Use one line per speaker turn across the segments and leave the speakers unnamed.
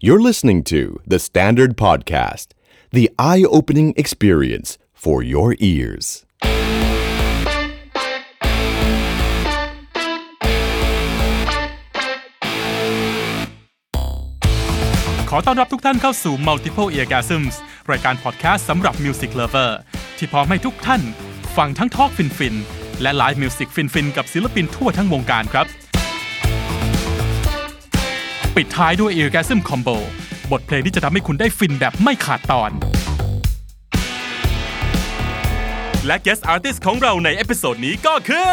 You're listening to The Standard Podcast, the eye opening experience for your ears.
Podcast ขอต้อนรับทุกท่านเข้าสู่ Multiple Eargasms รายการพอดแคสต์สำหรับ Music Lover ที่พร้อมให้ทุกท่าน ฟังทั้งทอล์กฟิน ๆ และไลฟ์มิวสิกฟิน ๆ กับศิลปินทั่วทั้งวงการครับ ปิดท้ายด้วย Eargasm Combo บทเพลงที่จะทำให้คุณได้ฟินแบบไม่ขาดตอน และ Guest Artist ของเราในเอพิโซดนี้ก็คือ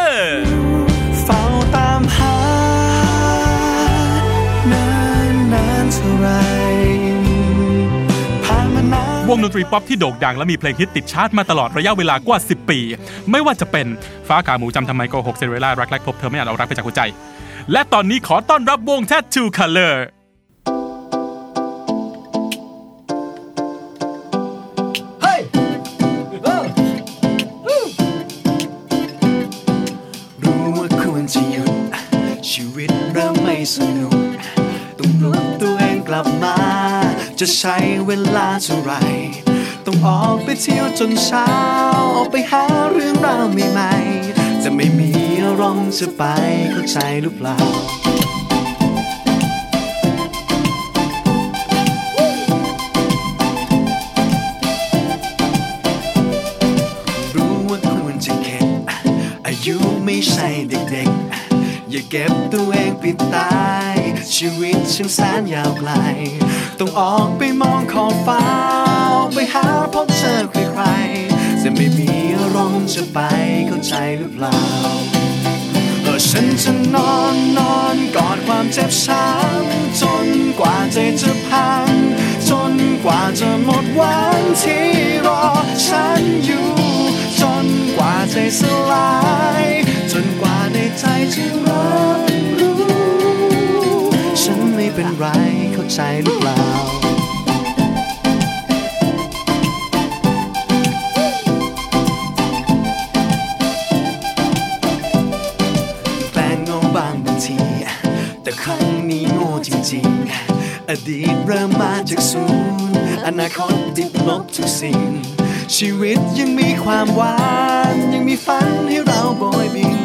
เฝ้าตามหา นานนานเท่าไหรผ่านมานาน
วงดนตรีป๊อปที่โด่งดังและมีเพลงฮิตติดชาร์ตมาตลอดระยะเวลากว่า 10 ปี ไม่ว่าจะเป็นฟ้าขาหมูจำทำไมโกหกเซเรล่ารักแรกพบเธอไม่อาจเอารักไปจากหัวใจ และตอนนี้ขอต้อนรับวง Tattoo Color
รู้ว่าควรจะหยุดชีวิตเริ่มไม่สนุกต้องปลุกตัวเองกลับมา จะใช้เวลาเท่าไหร่ ต้องออกไปเที่ยวจนเช้า ออกไปหาเรื่องราวใหม่ๆ จะไม่มีอารมณ์จะไปเข้าใจหรือเปล่า รู้ว่าควรจะเข็ดอายุไม่ใช่เด็กๆ อย่าเก็บตัวเองปิดตาย ชีวิตช่างแสนยาวไกล ต้องออกไปมองขอบฟ้าออกไปหาพบเจอใครๆ จะไม่มีอารมณ์จะไปเข้าใจหรือเปล่า เออฉันจะนอนนอนกอดความเจ็บช้ำจนกว่าใจจะพัง จนกว่าจะหมดหวันที่รอฉันอยู่ จนกว่าใจสลาย จนกว่าในใจจะรับรู้ ฉันไม่เป็นไรเข้าใจหรือเปล่า แปลงโง่บางบางที แต่ครั้งนี้โง่จริงๆ อดีตเริ่มมาจากศูนย์อนาคตติดลบทุกสิ่ง ชีวิตยังมีความหวาน ยังมีฝันให้เราโบยบิน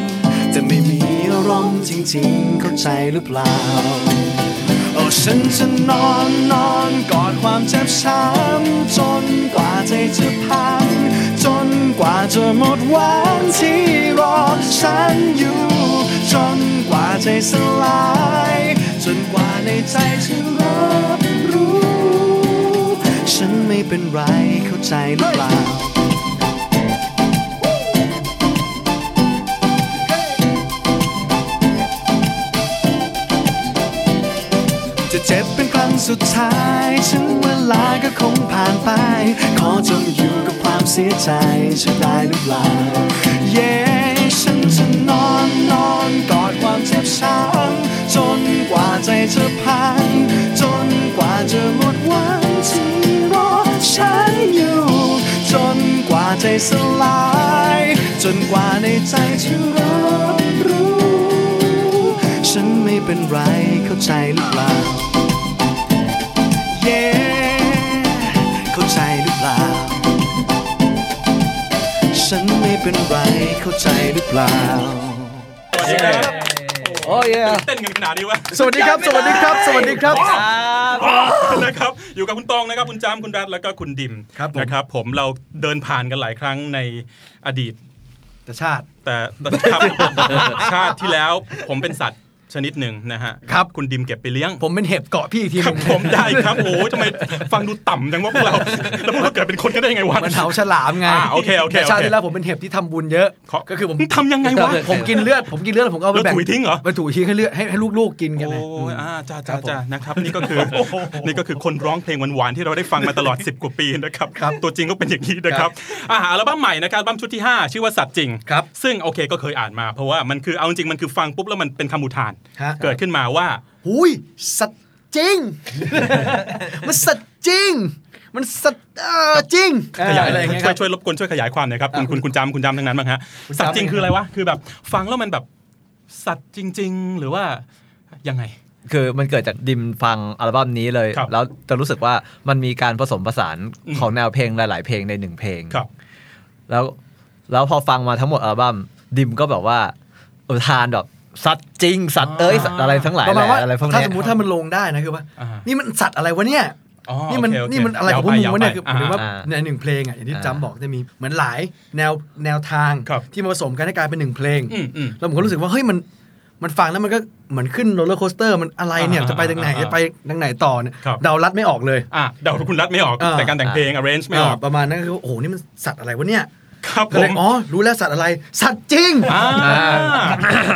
แต่ไม่มีอารมณ์จริงๆ เข้าใจหรือเปล่า โอ้ฉันจะนอนนอนกอดความเจ็บช้ำจนกว่าใจจะพัง จนกว่าจะหมดหวันที่รอฉันอยู่ จนกว่าใจสลาย จนกว่าในใจจะรับรู้ ฉันไม่เป็นไรเข้าใจหรือเปล่า จะเจ็บเป็นครั้งสุดท้ายถึงเวลาก็คงผ่านไป ขอจงอยู่กับความเสียใจจะได้หรือเปล่า เย้ฉันจะนอนนอนกอดความเจ็บช้ำจนกว่าใจจะพัง จนกว่าจะหมดหวังที่รอฉันอยู่ จนกว่าใจสลาย จนกว่าในใจจะรับรู้ ฉันไม่เป็นไรเข้าใจหรือเปล่า เย้ เข้าใจหรือเปล่า ฉันไม่เป็นไรเข้าใจหรือเปล่า
โอ้ย
เต้นกันขนาดนี้วะ
สวัสดีครับ สวัสดีครับ สวัสดีครับ
นะครับอยู่กับคุณตองนะครับคุณจามคุณรัฐแล้วก็คุณดิม
ครับผม
นะครับผมเราเดินผ่านกันหลายครั้งในอดีต
แต่ชาติ
แต่แต่ครับ ชาติที่แล้วผมเป็นสัตว์ชนิดหนึ่งนะฮะ
ครับ
คุณดิมเก็บไปเลี้ยง
ผมเป็นเห็บเกาะพี่อีกทีห
ครั
นึ
บ
ง
ผมได้ ครับโอ้ยทำไมฟังดูต่ำจังว่าพวกเรา แล้วพวกเราเกิดเป็นคนกันได้ยังไงวะ
มันเถาฉลามไง
อ่าโอเคโอเค
แต่ชาติ
โอเค
ที่แล้วผมเป็นเห็บที่ทำบุญเยอะ
ขอ
ก็คือผม
ทำยังไงวะ
ผมกินเลือดผมกินเลือดผมเอาไปแบ่ง
แล้วถุยทิ้งเหรอ
ไปถุยทิ้งให้เลือดให้ให้ลูกๆกินกันไง
โอ้ยอ่าจ้าจ้าจ้านะครับนี่ก็คือนี่ก็คือคนร้องเพลงหวานๆที่เราได้ฟังมาตลอด 10 กว่าปีนะครับ
ครับ
ตัวจริงก็เป็นอย่างนี้นะครับอาอัลบั้มใหม่นะครับอัลบั้มชุดที่ 5 ชื่อว่าสัตว์จริง
ครับ
ซึ่งโอเคก็เคยอ่านมา เพราะว่ามันคือเอาจริงๆมันคือฟังปุ๊บแล้วมันเป็นคำอุทาน
ฮะ
เกิดขึ้นมาว่า
หุยสัตว์จ ริง มันสัตว์จริง มันสัตว์เอ่อจริง
ขยาย
อะไรอย่างเงี้ยครับ
ช่วยช่วยรบกวนช่วยขยายความหน่อยครับคุณคุณคุณจำคุณจำทั้งนั้นบ้างฮะ
คุณจำ
สัตว์จริงคืออะไรวะคือแบบฟังแล้วมันแบบสัตว์จริง ๆ หรือว่ายังไง
คือมันเกิดจากดิมฟังอัลบั้มนี้เลย
ครับ
แล้วจะรู้สึกว่ามันมีการผสมผสานของแนวเพลงหลาย ๆ เพลงในหนึ่งเพลง
ครับ
แล้วแล้วพอฟังมาทั้งหมดอัลบั้มดิมก็แบบว่าเออทานแบบสัตว์จริง สัตว์เอ้ยสัตว์อะไรทั้งหลาย
ประมาณ
แห
ว่า
ละอะไรพวก
ถ้า
เนี้ย
สมมติถ้ามันลงได้นะคือว่า
อ่าฮะ
นี่มันสัตว์อะไรวะเนี่ย
อ๋อ
นี่มัน
โอเคโอเค
นี่มันอะไรของพวกมึงวะเนี่ยคือห
ยาวไป
มายถึงว่า
อ่า
ในหนึ่งเพลงอ่ะอย่างที่จำบอกจะมีเหมือนหลายแนวแนวทาง
ครับ
ที่มาผสมกันให้กลายเป็นหนึ่งเพลง
อืมอืม
แล้วผมก็รู้สึกว่าเฮ้ยมันมันฟังแล้วมันก็เหมือนขึ้นโรลเลอร์โคสเตอร์มันอะไรเนี่ย
อ่า
จะไปทางไหน
อ่า
จะไปทางไหนต่อเนี่ย
ครับ
เดาลัดไม่ออกเลย
อ่ะเดาคุณรัดไม่ออก
เออ
แต่การแต่งเพลง arrange ไม่ออก
อ่าประมาณนั้นก็คือโอ้โหนี่มันสัตว์อะไรวะเนี่ย
ครับ
ก็
ผ
เลย
ม
อ๋อรู้แล้วสัตว์อะไรสัตว์จริง
อ่า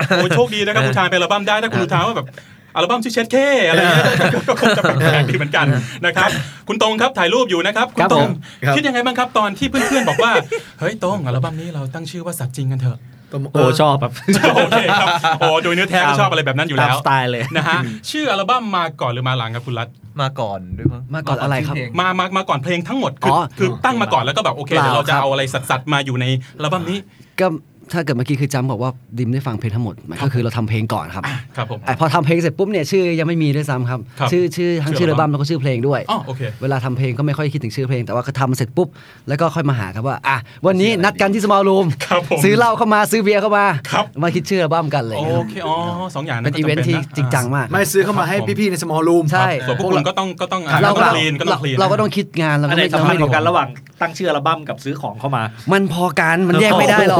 โอ้โชคดีนะครับคุณชายไปอัลบั้มได้ถ้าคุณอุทานว่าแบบอัลบั้มชื่อเช็ดเข้อะไรอย่างเงี้ยก็คงจะแปลกๆดีเหมือนกันนะครับคุณตรงครับถ่ายรูปอยู่นะครับคุณตรง
ครับ
คิดยังไงบ้างครับตอนที่เพื่อนๆบอกว่าเฮ้ยตรงอัลบั้มนี้เราตั้งชื่อว่าสัตว์จริงกันเถอะ
ตัวมัน
โอ้ชอบแบบ
โอเคครับโอ้โดยเนื้อแท้ก็ชอบอะไรแบบนั้นอยู่แล้
ตาว มสไตล์เลย
นะฮะชื่ออัลบั้มมาก่อนหรือมาหลังครับคุณรัฐ
มาก่อนด้วยมั้ง
มาก่อนอะไรครับ
ชื่เพลง
มามามาก่อนเพลงทั้งหมดคือ
อ
คือตั้งมาก่อนแล้วก็แบบโอเค
เปล่า
เดี๋ยวเรา
ค
จะ
รับ
เอาอะไรสัตว์ๆมาอยู่ในอัลบั้มนี้
ก็ถ้าเกิดเมื่อกี้คือจำบอกว่าดิมได้ฟังเพลงทั้งหมดหมายก็คือเราทำเพลงก่อนครับ
ครับผม
อ่ะพอทำเพลงเสร็จปุ๊บเนี่ยชื่อยังไม่มีด้วยซ้ำครับ
ครับ
ชื่อชื่อทั้ง
ชื่
ชื่
อ
อ
อั
อั
ล
ล
บั้ม
บั้มแล้วก็ชื่อเพลงด้วย
อ๋อโอเค
เวลาทำเพลงก็ไม่ค่อยคิดถึงชื่อเพลง แต่ว่าก็ทำเสร็จปุ๊บ แล้วก็ค่อยมาหาครับว่า อ่ะ วันนี้นัดกันที่สมอลรูม
ครับผม
ซื้อเหล้าเข้ามาซื้อเบียร์เข้ามา
ครับ
มาคิดชื่ออัลบั้มกันเลย
โอเคอ๋อสองอย่าง
เป็นอีเวนท์ที่จริงจังมาก
ไม่ซื้อเข้ามาให้พี่ๆในสมอลรูม
ใช่
ส่วนพวกคุณก็ต้องก็ต้องอ่ะ
เรา
ก็ต้องลีนก็ต้องลีน
เราก็ต้องคิดงานเรา อั
อันไหน
ก็ไม่
สำคัญกว่ากัน
เราไม่
ระหว่างตั้งชื่ออัลบั้มกับซื้อของเข้ามา
มันพอการมันแยกไม่ได้หรอก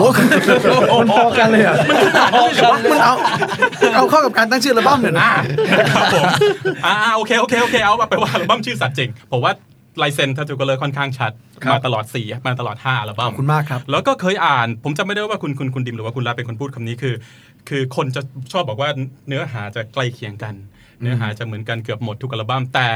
มันพอกันเลยอ่ะมันมันเอาเอาเข้ากับการตั้งชื่อระบ้มเนี่ยนะ
ครับผม อ่าโอเคโอเคโอเคเอาไปว่าอัลบั้มชื่อสัตว์จริงผมว่าลายเซ็นทัตูกเลอร์ค่อนข้างชัด
ครับ
มาตลอด4มาตลอด5อัลบั้ม
ขอบคุณมากครับ
แล้วก็เคยอ่าน ผมจำไม่ได้ว่าคุณคุณคุณดิมหรือว่าคุณลาเป็นคนพูดคำนี้คือ คือคนจะชอบบอกว่าเนื้อหาจะใกล้เคียงกัน เนื้อหาจะเหมือนกันเกือบหมดทุกอัลบั้มแต่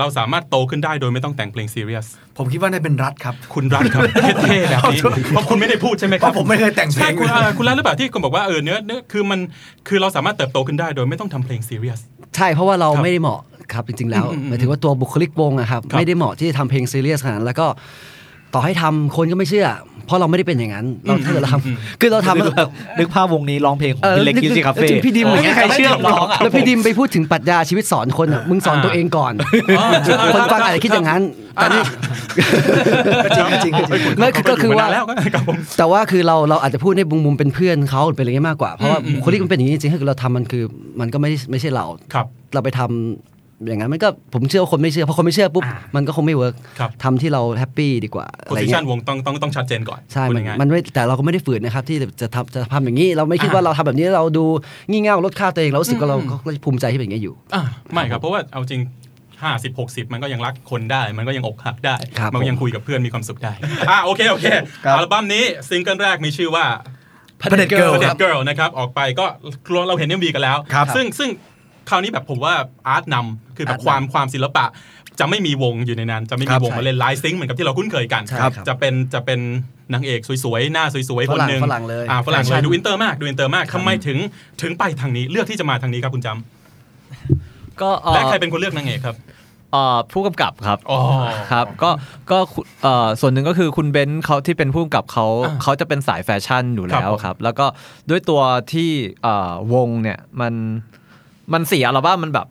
เราสามารถโตขึ้นได้โดยไม่ต้องแต่งเพลงซีเรียส
ผมคิดว่าได้เป็นรัฐครับ
คุณรัฐครับ เท่ๆแบบนี้เพราะคุณไม่ได้พูดใช่ไหมครั
เพราะผมไม่เคยแต่งเพลง
ใช่คุณเอ่อคุณรัฐหรือเปล่าที่คุณบอกว่าเออเนื้อเนื้อคือมันคือเราสามารถเติบโตขึ้นได้โดยไม่ต้องทำเพลงซีเรียส
ใช่เพราะว่าเรา
ครับ
ไม่ได้เหมาะครับจริงๆแล้วหมายถึงว่าตัวบุคลิกวงอะครับ
ครับ
ไม่ได้เหมาะที่จะทำเพลงซีเรียสขนาดนั้นแล้วก็ต่อให้ทำคนก็ไม่เชื่อ เพราะเราไม่ได้เป็นอย่างนั้นเราถ้าเกิดเราทำคือเราทำแล้วแบบ
นึกภาพวงนี้ร้องเพลงของ
เออ
พี่เล็กกิวซี่คาเฟ่
ถึงพี่ดิม
ไม่มีใครเชื่อมหรอก
แล้วพี่ดิมไปพูดถึงปรัชญาชีวิตสอนคนอะมึงสอน
อ่า
ตัวเองก่อน
อ๋อใช่
คนฟังอาจจะคิดอย่างนั้นแต่นี่
จริงๆจริง
ไม่คือก็คือว่า
เขไปยู่มนนแล้วครับผม
แต่ว่าคือเราเราอาจจะพูดในมุมมุมเป็นเพื่อนเขาหรือเป็นอะไรเงี้ยมากกว่าเพราะว่าบุคลิกมันเป็นอย่างนี้จริงๆคือเราทำมันคือมันก็ไม่ได้ไม่ใช่เรา
ครับ
เราไปทำอย่างนั้นมันก็ผมเชื่อว่าคนไม่เชื่อเพราะคนไม่เชื่อปุ๊บมันก็คงไม่เวิร์ก
ครับ
ทำที่เราแฮปปี้ดีกว่าอะ
โพ
ไร
สิชั
เงี้
น
ยว
งต้องต้องต้องชัดเจนก่อน
ใช่
พูด
มัน
ง่ายๆ
มันไม่แต่เราก็ไม่ได้ฝืนนะครับที่จะทำจะทำอย่างนี้ เราไม่คิดว่าเราทำแบบนี้เราดูงี่เง่าลดค่าตัวเองเรารู้สึกว่าเราก็ก็ภูมิใจที่เป็นอย่างนี้ยอยู่
อ่ะไม่ครับ เพราะว่าเอาจริง 50 60 มันก็ยังรักคนได้ มันก็ยังอกหักได้
ครับ
มันก็ยังคุยกับเพื่อนมีความสุขได้ อ่ะโอเค โอเค อัลบั้มนี้ซิงเกิลแรกมีชื่อว่า
เผด็จ Girl
เด็
ครั
ด
บ
เกิลนะครับ ออกไปก็เราเห็นเอ็มวีกันแล้ว
ครับ
ซึ่งซึ่งคราวนี้แบบผมว่าอาร์ตนำคือแบบ
อาร์ต
ความ
นำ
ความศิลปะ จะไม่มีวงอยู่ในนั้น จะไม่
ครั
มี
บ
วงมาเล่นไลฟ์ซิงค์เหมือนกับที่เราคุ้นเคยกัน
ใช่ครับ
จะเป็นจะเป็นนางเอกสวยๆหน้าสวยๆคนหนึ่ง
ฝรั่งๆเลย
อ่ะฝรั่ง
แฟชั่
เลย
น
ดูอินเตอร์มากดูอินเตอร์มากทำไมถึงถึงไปทางนี้เลือกที่จะมาทางนี้ครับคุณจำ
ก็เอ่อ
และใครเป็นคนเลือกนางเอกครับ
เอ่อผู้กำกับครับ
อ๋อ
ครับก็ก็คุณเอ่อส่วนหนึ่งก็คือคุณเบนซ์เขาที่เป็นผู้กำกับเขา
อ่า
เขาจะเป็นสายแฟชั่นอยู่แล้ว
ค
ครับ
ผม
รับ แล้วก็ด้วยตัวที่เอ่อวงเนี่ยมันมันสี่อัลบั้มมันแบบ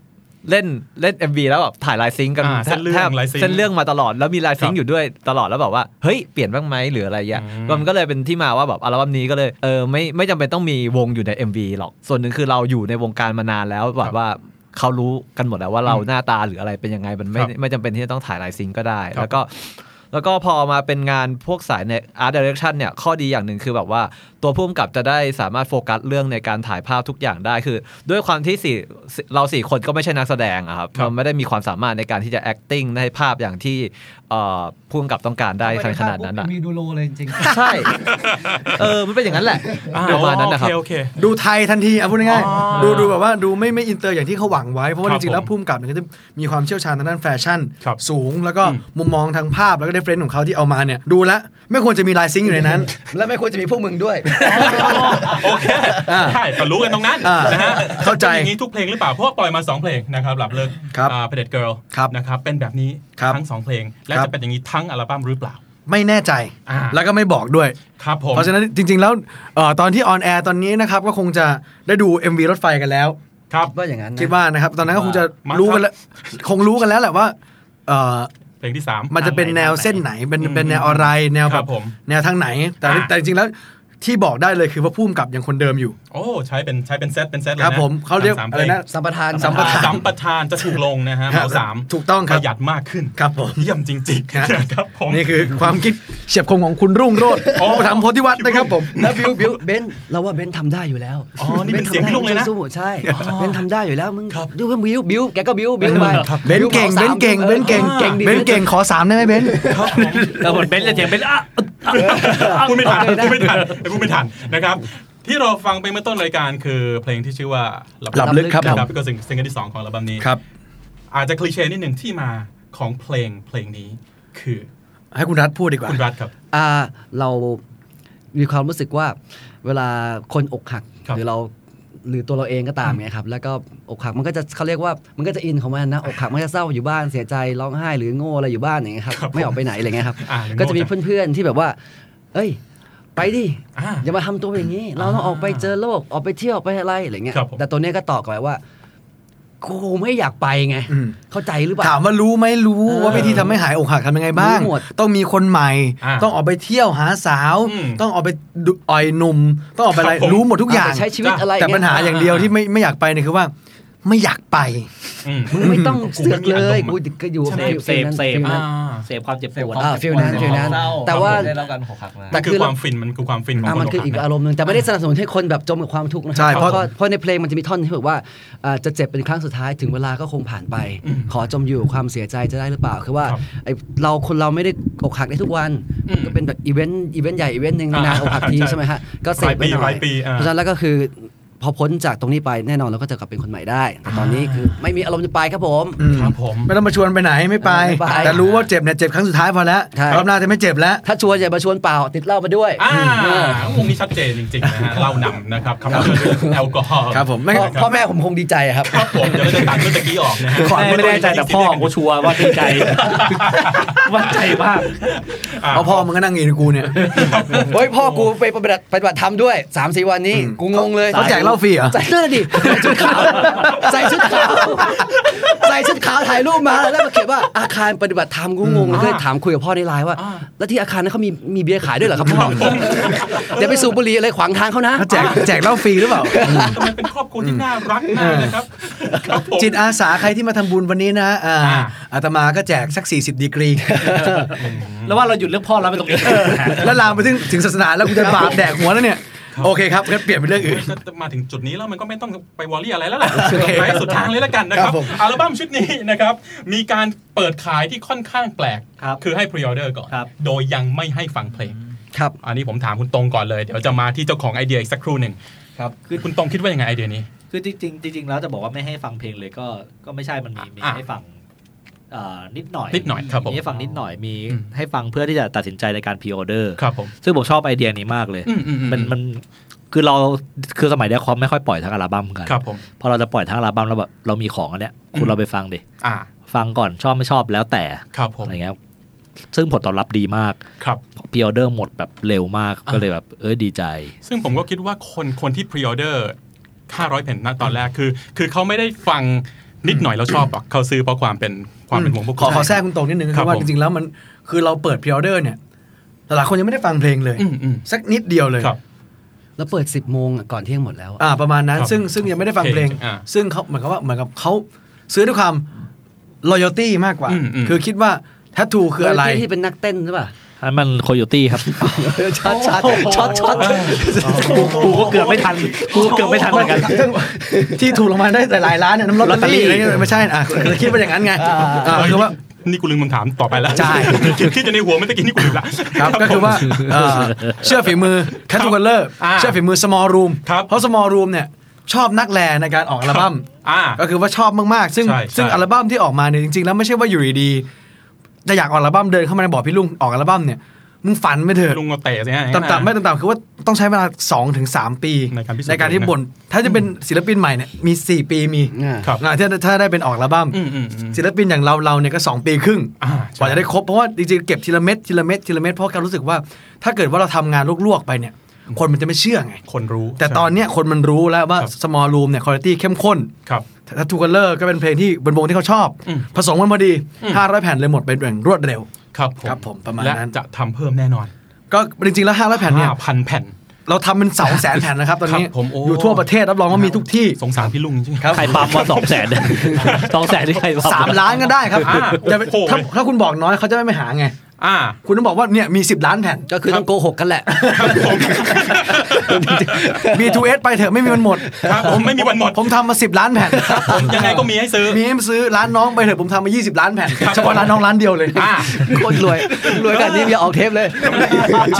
เล่นเล่น MV แล้วแบบถ่ายลายซิงก์กัน
อ่าเส้นเรื่อง
แทบ
ลายซิงค์
เส้นเรื่องมาตลอดแล้วมีลายซิง
ครับ
ก์อยู่ด้วยตลอดแล้วแบบว่าเฮ้ยเปลี่ยนบ้างไหมหรืออะไรอย่างเงี้ย
อืม
มันก็เลยเป็นที่มาว่าแบบอัลบั้มนี้ก็เลยเออไม่ไม่จำเป็นต้องมีวงอยู่ใน MV หรอกส่วนหนึ่งคือเราอยู่ในวงการมานานแล้วแบบว่าเขารู้กันหมดแล้วว่าเราหน้าตาหรืออะไรเป็นยังไงมันไม่
ครับ
ไม่จำเป็นที่จะต้องถ่ายลายซิงก์ก็ได้
ครับ
แล้วก็ แล้วก็พอมาเป็นงานพวกสายใน Art Direction เนี่ยข้อดีอย่างหนึ่งคือแบบว่าตัวผู้กำกับจะได้สามารถโฟกัสเรื่องในการถ่ายภาพทุกอย่างได้คือ ด้วยความที่สี่เราสี่คนก็ไม่ใช่นักแสดงอะครับ
ครับ
มันไม่ได้มีความสามารถในการที่จะ acting ในภาพอย่างที่เอ่อผู้กำกับต้องการได้ขนาดนั้นอะ
มีดูโลเลยจริง
ใช่ เออมันเป็นอย่างนั้นแหละประมาณนั้นนะครับ
โอเค
ดูไทยทันทีอ่ะพูดง่าย
อ๋อ
ๆดูดูแบบว่าดูไม่ไม่อินเตอร์อย่างที่เขาหวังไว้เพราะว่า
ครับ
จริงๆแล้วภูมิกับเนี่ยก็จะมีความเชี่ยวชาญทางด้านแฟชั่น
ครับ
สูงแล้วก็
อืม
มุมมองทางภาพแล้วก็เดฟเฟนของเขาที่เอามาเนี่ยดูแล้วไม่ควรจะมีลายซิงค์อยู่ใน นั้น
และไม่ควรจะมีพวกมึงด้วย
โอเคใช่ก็รู้กันตรงนั้น
อ่า
นะฮะ
เข้าใจ
ป็นอย่างนี้ทุกเพลงหรือเปล่า เพราะว่าปล่อยมา 2 เพลงนะครับหลับเลิก
ครับ
อ่า Pretty Girl
ครับ
นะครับเป็นแบบนี้
ครับ
ทั้ง 2 เพลง และ
ครับ
จะเป็นอย่างนี้ทั้งอัลบั้มหรือเปล่า
ไม่แน่ใจ
อ่า
แล้วก็ไม่บอกด้วย
ครับผม
เพราะฉะนั้นจริง ๆ แล้วเอ่อตอนที่ออนแอร์ตอนนี้นะครับก็คงจะได้ดู MV รถไฟกันแล้ว
ครับ
คิดว่าอย่างนั้นนะ
คิดว่านะครับ ตอนนั้นก็คงจะ
มั้งครับ
รู้กันแล้วคงรู้กันแล้วแหละว่าเออ
เพลงที่สาม
มันจะเป็นแนวเส้นไหนเป็น
อืม
เป็นแนวอะไรแนว
ค
แบ
รั
บบ
ผม
แนวทางไหน แต่
อ่ะ
แต่จริงๆแล้วที่บอกได้เลยคือว่าพุ่มกับยังคนเดิมอยู่
โอ้ใช้เป็นใช้เป็นเซตเป็นเซตเลย
ครับ
นะ
ผมเขาเรียก
สม
อะไรนะ
สัมปทาน
สัมปทาน
สัมปทานจะถูกลงนะฮะเหมาสาม
ถูกต้อง
ป
ครับ
ระหยัดมากขึ้น
ครับผม
เยี่ยมจริงๆ
ครับ
ครับผม
นี่คือความคิดเฉียบคมของคุณรุ่งโรจน์
อ๋อ
อุปถัมภ์โพธิวัฒน์นะครับผม
แล้วบิวบิว เบนซ์เราว่าเบนซ์ทำได้อยู่แล้ว
อ๋อนี่เป็นเสียงพี่ลุงเลยนะ
บซ์ทำได้สู้ๆใช่ เบนซ์ทำได้อยู่แล้วมึงดูเพิ่มบิวบิวแกก็บิวบิวไป
เบนซ์เก่งเบนซ์เก่งเบนซ์เก่ง
เก่งดี
เบนซ์เก่งขอสามได้ไหมเบนซ์
ครับผม
แต่เหมือนเบนซ์จะเถียงเป็นซ์อ่ะอึ๊ดอ่ะ
พูดไม่ทันพูดไม่ทันพูดไม่ทันนะครับ ที่เราฟังไปเมื่อต้นรายการคือเพลงที่ชื่อว่า
หลับลึกครับผม
นะครับก็ซิงซิงเกิลที่ 2 ของอัลบั้มนี้
ครับ
อาจจะคลีเช่นิดหนึ่งที่มาของเพลงเพลงนี้ คือ
ให้คุณรัฐพูดดีกว่า
คุณรัฐครับ
อ่าเรามีความรู้สึกว่าเวลาคนอกหัก
ครับ
หรือเราหรือตัวเราเองก็ตามไงครับแล้วก็อกหักมันก็จะเขาเรียกว่ามันก็จะอินของมันนะอกหักมันก็เศร้าอยู่บ้านเสียใจร้องไห้หรือโง่อะไรอยู่บ้านอย่างเงี้ยครับไม่ออกไปไหนอะไรเงี้ยครับ
อ่าหรือ
ก็จะมี
โน้ต
เพื่อนๆที่แบบว่า เอ้ย ไปดิ
อ่า
อย่ามาทำตัวอย่างนี้ เราต้องออกไปเจอโลก ออกไปเที่ยวไปอะไรอะไรเงี้ย
ครับผม
แต่ตัวเนี้ยก็ตอบกลับไปว่า กูไม่อยากไปไง
อืม
เข้าใจหรือเปล่า
ถามว่ารู้ไหมรู้
เออ
ว่าวิธีทำให้หายอกหักทำยังไงบ้าง
รู้หมด
ต้องมีคนใหม่
อ่า
ต้องออกไปเที่ยวหาสาว
อืม
ต้องออกไปดูอ่อยหนุ่ม ต้องออกไปอะไร
ครับผม
รู้หมดทุกอย่าง
ไปใช้ชีวิตอะไร
แต่
เงี้ย
ปัญหาอย่างเดียวที่ไม่ไม่อยากไปเนี่ยคือว่า ไม่อยากไป
อืม
มึงไม่ต้องเสือกเลย
กู
กู
ไม่มีอารมณ์อะ
ก็อยู่
เส
ฟิ
พ
ล
เสพเสพ
ฟิลนั้น
อ่าเสพความเจ็บปวด
อ่าฟิลนั้นฟิลนั้น
เศร้า
แต่ว่า
ควมได้รับการอกหักมา
แต่
มันคื
คือ อ
ความฟินมันคือความฟินของ
อ่ะ
ค
มัน
อ
น
ก
คือ
หัก
อีก
นะ
อารมณ์หนึ่งแต่ไม่ได้สนับสนุนให้คนแบบจมกับความทุกข์นะค
ใช่
รั
เพราะ
เพราะเพราะในเพลงมันจะมีท่อนที่แบบว่าอ่าจะเจ็บเป็นครั้งสุดท้ายถึงเวลาก็คงผ่านไป
อืม
ขอจมอยู่กับความเสียใจจะได้หรือเปล่า คือว่า
ครับ
ไอเราคนเราไม่ได้อกหักได้ทุกวัน
อืม
ก็เป็นแบบอีเวนต์อีเวนต์ใหญ่อีเวนต์หนึ่ง
อ่าน
านๆอกหักที
ใช่
ใช่ไหมฮะก็เสพไปหน่
ห
อ
ลาย ยปีอ่า
เพราะฉะนั้นแล้วก็คือพอพ้นจากตรงนี้ไปแน่นอนเราก็จะกลับเป็นคนใหม่ได้แต่ตอนนี้คือไม่มีอารมณ์จะไปครับผม
อืม
ครับผม
ไม่ต้องมาชวนไปไหนไม่ไป
ไม่ไป
แต่รู้ว่าเจ็บเนี่ยเจ็บครั้งสุดท้ายพอแล้ว
ใช่
รอบหน้าจะไม่เจ็บแล้ว
ถ้าชวนอย่ามาชวนเปล่าติดเหล้ามาด้วย
อ่าวงนี้ชัดเจนจริงๆนะฮะเล่านำนะครับคำว่าเรื่องแอลกอฮอล์
ครับผมไม่
พ่อพ่อแม่ผมคงดีใจครับ
ครับผมเดี๋ยวเราจะตัดเมื่อตะกี้ออกนะฮะ
ขอไม่แน่ใจแต่พ่อของกูชัวร์ว่า ดีใจ ว่าใจมาก
เอาพ่อมันก็นั่งอินกู เนี่ย
เฮ้ยพ่อกูไปปฏิบัติปฏิบัติธรรมด้วย3ามสี่วันนี้ กูงงเลย
เขาแจกเหล้าฟรีเหรอ
ใส่เสื้อดิใส่ชุดขาวใส่ชุดขาวใส่ชุดขาวถ่ายรูปมาแล้วมาเขียนว่าอาคารปฏิบัติธรรมกูงงเลยก็เลยถามคุยกับพ่อในไลน์ว่า แล้วที่อาคารนั้นเขามีมีเบียร์ขายด้วยเหรอครับพ่อเดี๋ยวไปสูบบุหรี่อะไรขวางทางเขานะ
เขาแจกแจกเหล้าฟรีห รือเปล่า
ทำไมเป็นครอบครัวที่น่ารักมากนะครับ ครับผม
จิตอาสาใครที่มาทำบุญวันนี้นะอ่า
อ่า
อาตมาก็แจกสัก 40 ดีกรี
แล้วว่าเราหยุดเรื่องพ่อแล้วไปตรงนี้
แล้วลามไปถึงถึงศาสนาแล้วกู จะบาปแดกหัวแล้วเนี่ย โอเคครับงั้นเปลี่ยนเป็นเรื่องอื่น
จะมาถึงจุดนี้แล้วมันก็ไม่ต้องไปวอรี่อะไรแล้วล่ะ
โอเค
ไปให้สุดทางเลยละกันนะค
ครั
รับบ
ผม
อัลบั้มชุดนี้นะครับ มีการเปิดขายที่ค่อนข้างแปลก
ครับ
อให้พรีออเดอร์ก่อน
ครับ
โดยยังไม่ให้ฟังเพลง
ครับ
อันนี้ผมถามคุณตรงก่อนเลย เดี๋ยวจะมาที่เจ้าของไอเดียอีกสักครู่หนึ่ง
ครับ
คือคุณตรงคิดว่ายังไงไอเดียนี้
คือจริงๆจริงๆแล้วจะบอกว่าไม่ให้ฟังเพลงเลยก็ก็ไม่ใช่มันมีมี
อ่ะ
ให้ฟังเอ่อนิดหน่อย
นิดหน่อยครับผม
ให้ฟังนิดหน่อยมี
อืม
ให้ฟังเพื่อที่จะตัดสินใจในการพรีออเดอร์
ครับผม
ซึ่งผมชอบไอเดียนี้มากเลย
อืมอืมอื
มันมันคือเราคือสมัยเนี้ยคอมไม่ค่อยปล่อยทั้งอัลบั้มกัน
ครับผม
พอเราจะปล่อยทั้งอัลบั้มแล้วแบบเรามีของอันเนี้ยคุณ
อืม
เราไปฟังดิ
อ่า
ฟังก่อนชอบไม่ชอบแล้วแต่
ครับผม
อะไรเงี้ยซึ่งผลตอบรับดีมาก
ครับ
พรีออเดอร์หมดแบบเร็วมาก
อ่ะ
ก็เลยแบบเออดีใจ
ซึ่งผมก็คิดว่าคนคนที่พรีออเดอร์500แผ่นณตอนแรกคือ คือเขาไม่ได้ฟังนิดหน่อยแล้วชอบหรอกเขาซื้อเพราะความเป็นความเป็นวงพวก
ขอขอแทรกคุณตรงนิดนึง
ค
ค
รั
รั
บบ
ว่า
ผม
จริงๆแล้วมันคือเราเปิดพรีออเดอร์เนี่ยหลายคนยังไม่ได้ฟังเพลงเลย
อืมอืม
สักนิดเดียวเลย
ครับ
แล้วเปิด 10บโมงอ่ะก่อนเที่ยงหมดแล้ว
อ่าประมาณนั้น
ครับ
ซึ่งซึ่งยังไม่ได้ฟังเพลง
อ่า
ซึ่งเขาเหมือนกับว่าเหมือนกับเขาซื้อด้วยความ loyalty มากกว่า
อืมอืม
คือคิดว่าแททูคืออะไร
ที่เป็นนักเต้นใช่ป่ะ
อันมันโคโยตี้ครับ
ช็อตช็อตช็อตช็อต
กูกูก็เกือบไม่ทันกูก็เกือบไม่ทันเหมือนกัน
ที่ถูกรางวัลได้หลายๆร้านเนี่ยน้ำลอตเตอรี่อะไรเงี้ยไม่ใช่อ่ะแต่คิดว่าอย่างนั้นไงอ่า
เย
คือว่า
นี่กูลืมคำถามต่อไปแล้ว
ใช่
คิดคิดอยู่ในหัวเมื่อกี้นี่กูลืมละ
ครับก็คือว่าเอ่อเชื่อฝีมือแคทูคัลเลอร์
อ่า
เชื่อฝีมือ small room
ครับ
เพราะ small room เนี่ยชอบนักแลในการออกอัลบั้ม
อ่า
ก็คือว่าชอบมากๆ ซึ่ง
ใช่ใช่
ซึ่งอัลบั้มที่ออกมาเนี่ยจริงๆ แล้วไม่ใช่ว่าอยู่ดีๆจะอยากออกอัลบั้มเดินเข้ามาในบอกพี่ลุงออกอัลบั้มเนี่ยมึงฝันไม่เถอะ
ลุงก็เตะสิฮะ
ต่ำๆไม่ต่ำๆคือว่าต้องใช้เวลา 2-3ถึง3ปี
ในการพิสูจน์
ที่บ่นถ้าจะเป็นศิลปินใหม่เนี่ยมี 4 ปีมี
อ่า
ครับ
อ่าถ้าถ้าได้เป็นออกอัลบั้ม
อืมอืมอืม
ศิลปินอย่างเราเราเนี่ยก็ 2 ปีครึ่ง
อ่าก
ว่าจะได้ครบเพราะว่าจริงๆเก็บทีละเม็ดทีละเม็ดทีละเม็ดเพราะการรู้สึกว่า ถ้าเกิดว่าเราทำงานลวกๆไปเนี่ย คนมันจะไม่เชื่อไง
คนรู้
แต่ตอนเนี้ยคนมันรู้แล้วว่า small room เนี่ยคุณภาพเข้มข้น
ครับ
ทัตทูกันเลอร์ก็เป็นเพลงที่เป็นวงที่เขาชอบ ผสมกันพอดี 500 แผ่นเลยหมดไปอย่างรวดเร็ว
ครับ
ครับผมประมาณ
และ
นั้น
จะทำเพิ่มแน่นอน
ก็จริงๆแล้ว 500 แผ่นเนี่ย
พันแผ่น
เราทำเป็น 2 0 0 0 0 0 แผ่นนะครับ ตอนนี้
ครับผมโอ้
อยู่ทั่วประเทศรับรองว่ามีทุกที่
สงสารพี่ลุงจริงๆ
ใครปั๊มมาสองแสนสองแสนที่ใครปั๊ม
3 ล้านก็ได้ครับ
อ่า
อย่าไป
โอ้โห
ถ้าถ้าคุณบอกน้อยเขาจะไม่ไปหาไง
อ่า
คุณต้องบอกว่าเนี่ยมี 10 ล้านแผ่น
ก็คือต้องโกหกกันแหละ
มี 2S ไปเถอะไม่มีมันหมด
ครับผมไม่มีวันหมด
ผมทำมา 10 ล้านแผ่น
ผมยังไงก็มีให้ซื้อ
มีให้ซื้อร้านน้องไปเถอะผมทำมา 20 ล้านแผ่นเฉพาะร้านน้องร้านเดียวเลย
อ่า
คนรวยรวยกันนี่มีออกเทป เลย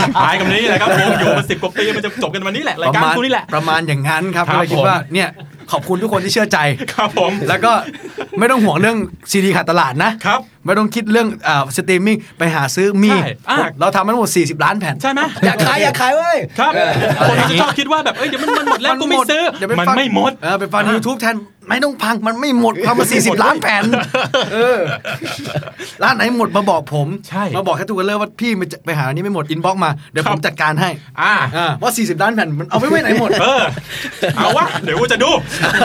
ชิบหายกับนี้แหละครับผมอยู่มาสิบกว่าปีมันจะจบกันวันนี้แหละรายการคุณนี่แหละ
ประมาณอย่างนั้นครับ
ครับ
ก็เลยคิ
ผ
ด
ม
ว่าเนี่ยขอบคุณทุกคนที่เชื่อใจ
ครับผม
แล้วก็ไม่ต้องห่วงเรื่องซีดีขาดตลาดนะครับ ไม่ต้องคิดเรื่องเอ่อสตรีมมิ่งไปหาซื้อมี
ใช่อ่ะ
เราทำมาทั้งหมด 40 ล้านแผ่น
ใช่ไหม
อยากขายอยากขายเว้ย
ครับคนจะชอบคิดว่าแบบเอ้ยเดี๋ยวมันหมดแล้ว
น
กูไม่ซื้อ
เดี๋ยวป
มัน
ฟัง
ไม่หมด
เออไปฟังใน YouTube แทนไม่ต้องพังมันไม่ห มดทำมา40 ล้านแผ่นเออร้านไหนหมดมาบอกผม
ใช่
มาบอกแค่ทุกคนเลยว่าพี่มันจะไปหาอันนี้ไม่หมดอินบ็อกมาเดี๋ยว
ครั
ผ
บ
มจัดการให้
อ่า
อ่าว่า 40 ล้านแผ่นมันเอาไปไว้ไหนหมด
เออ เอาวะ เดี๋ยวกูจะดู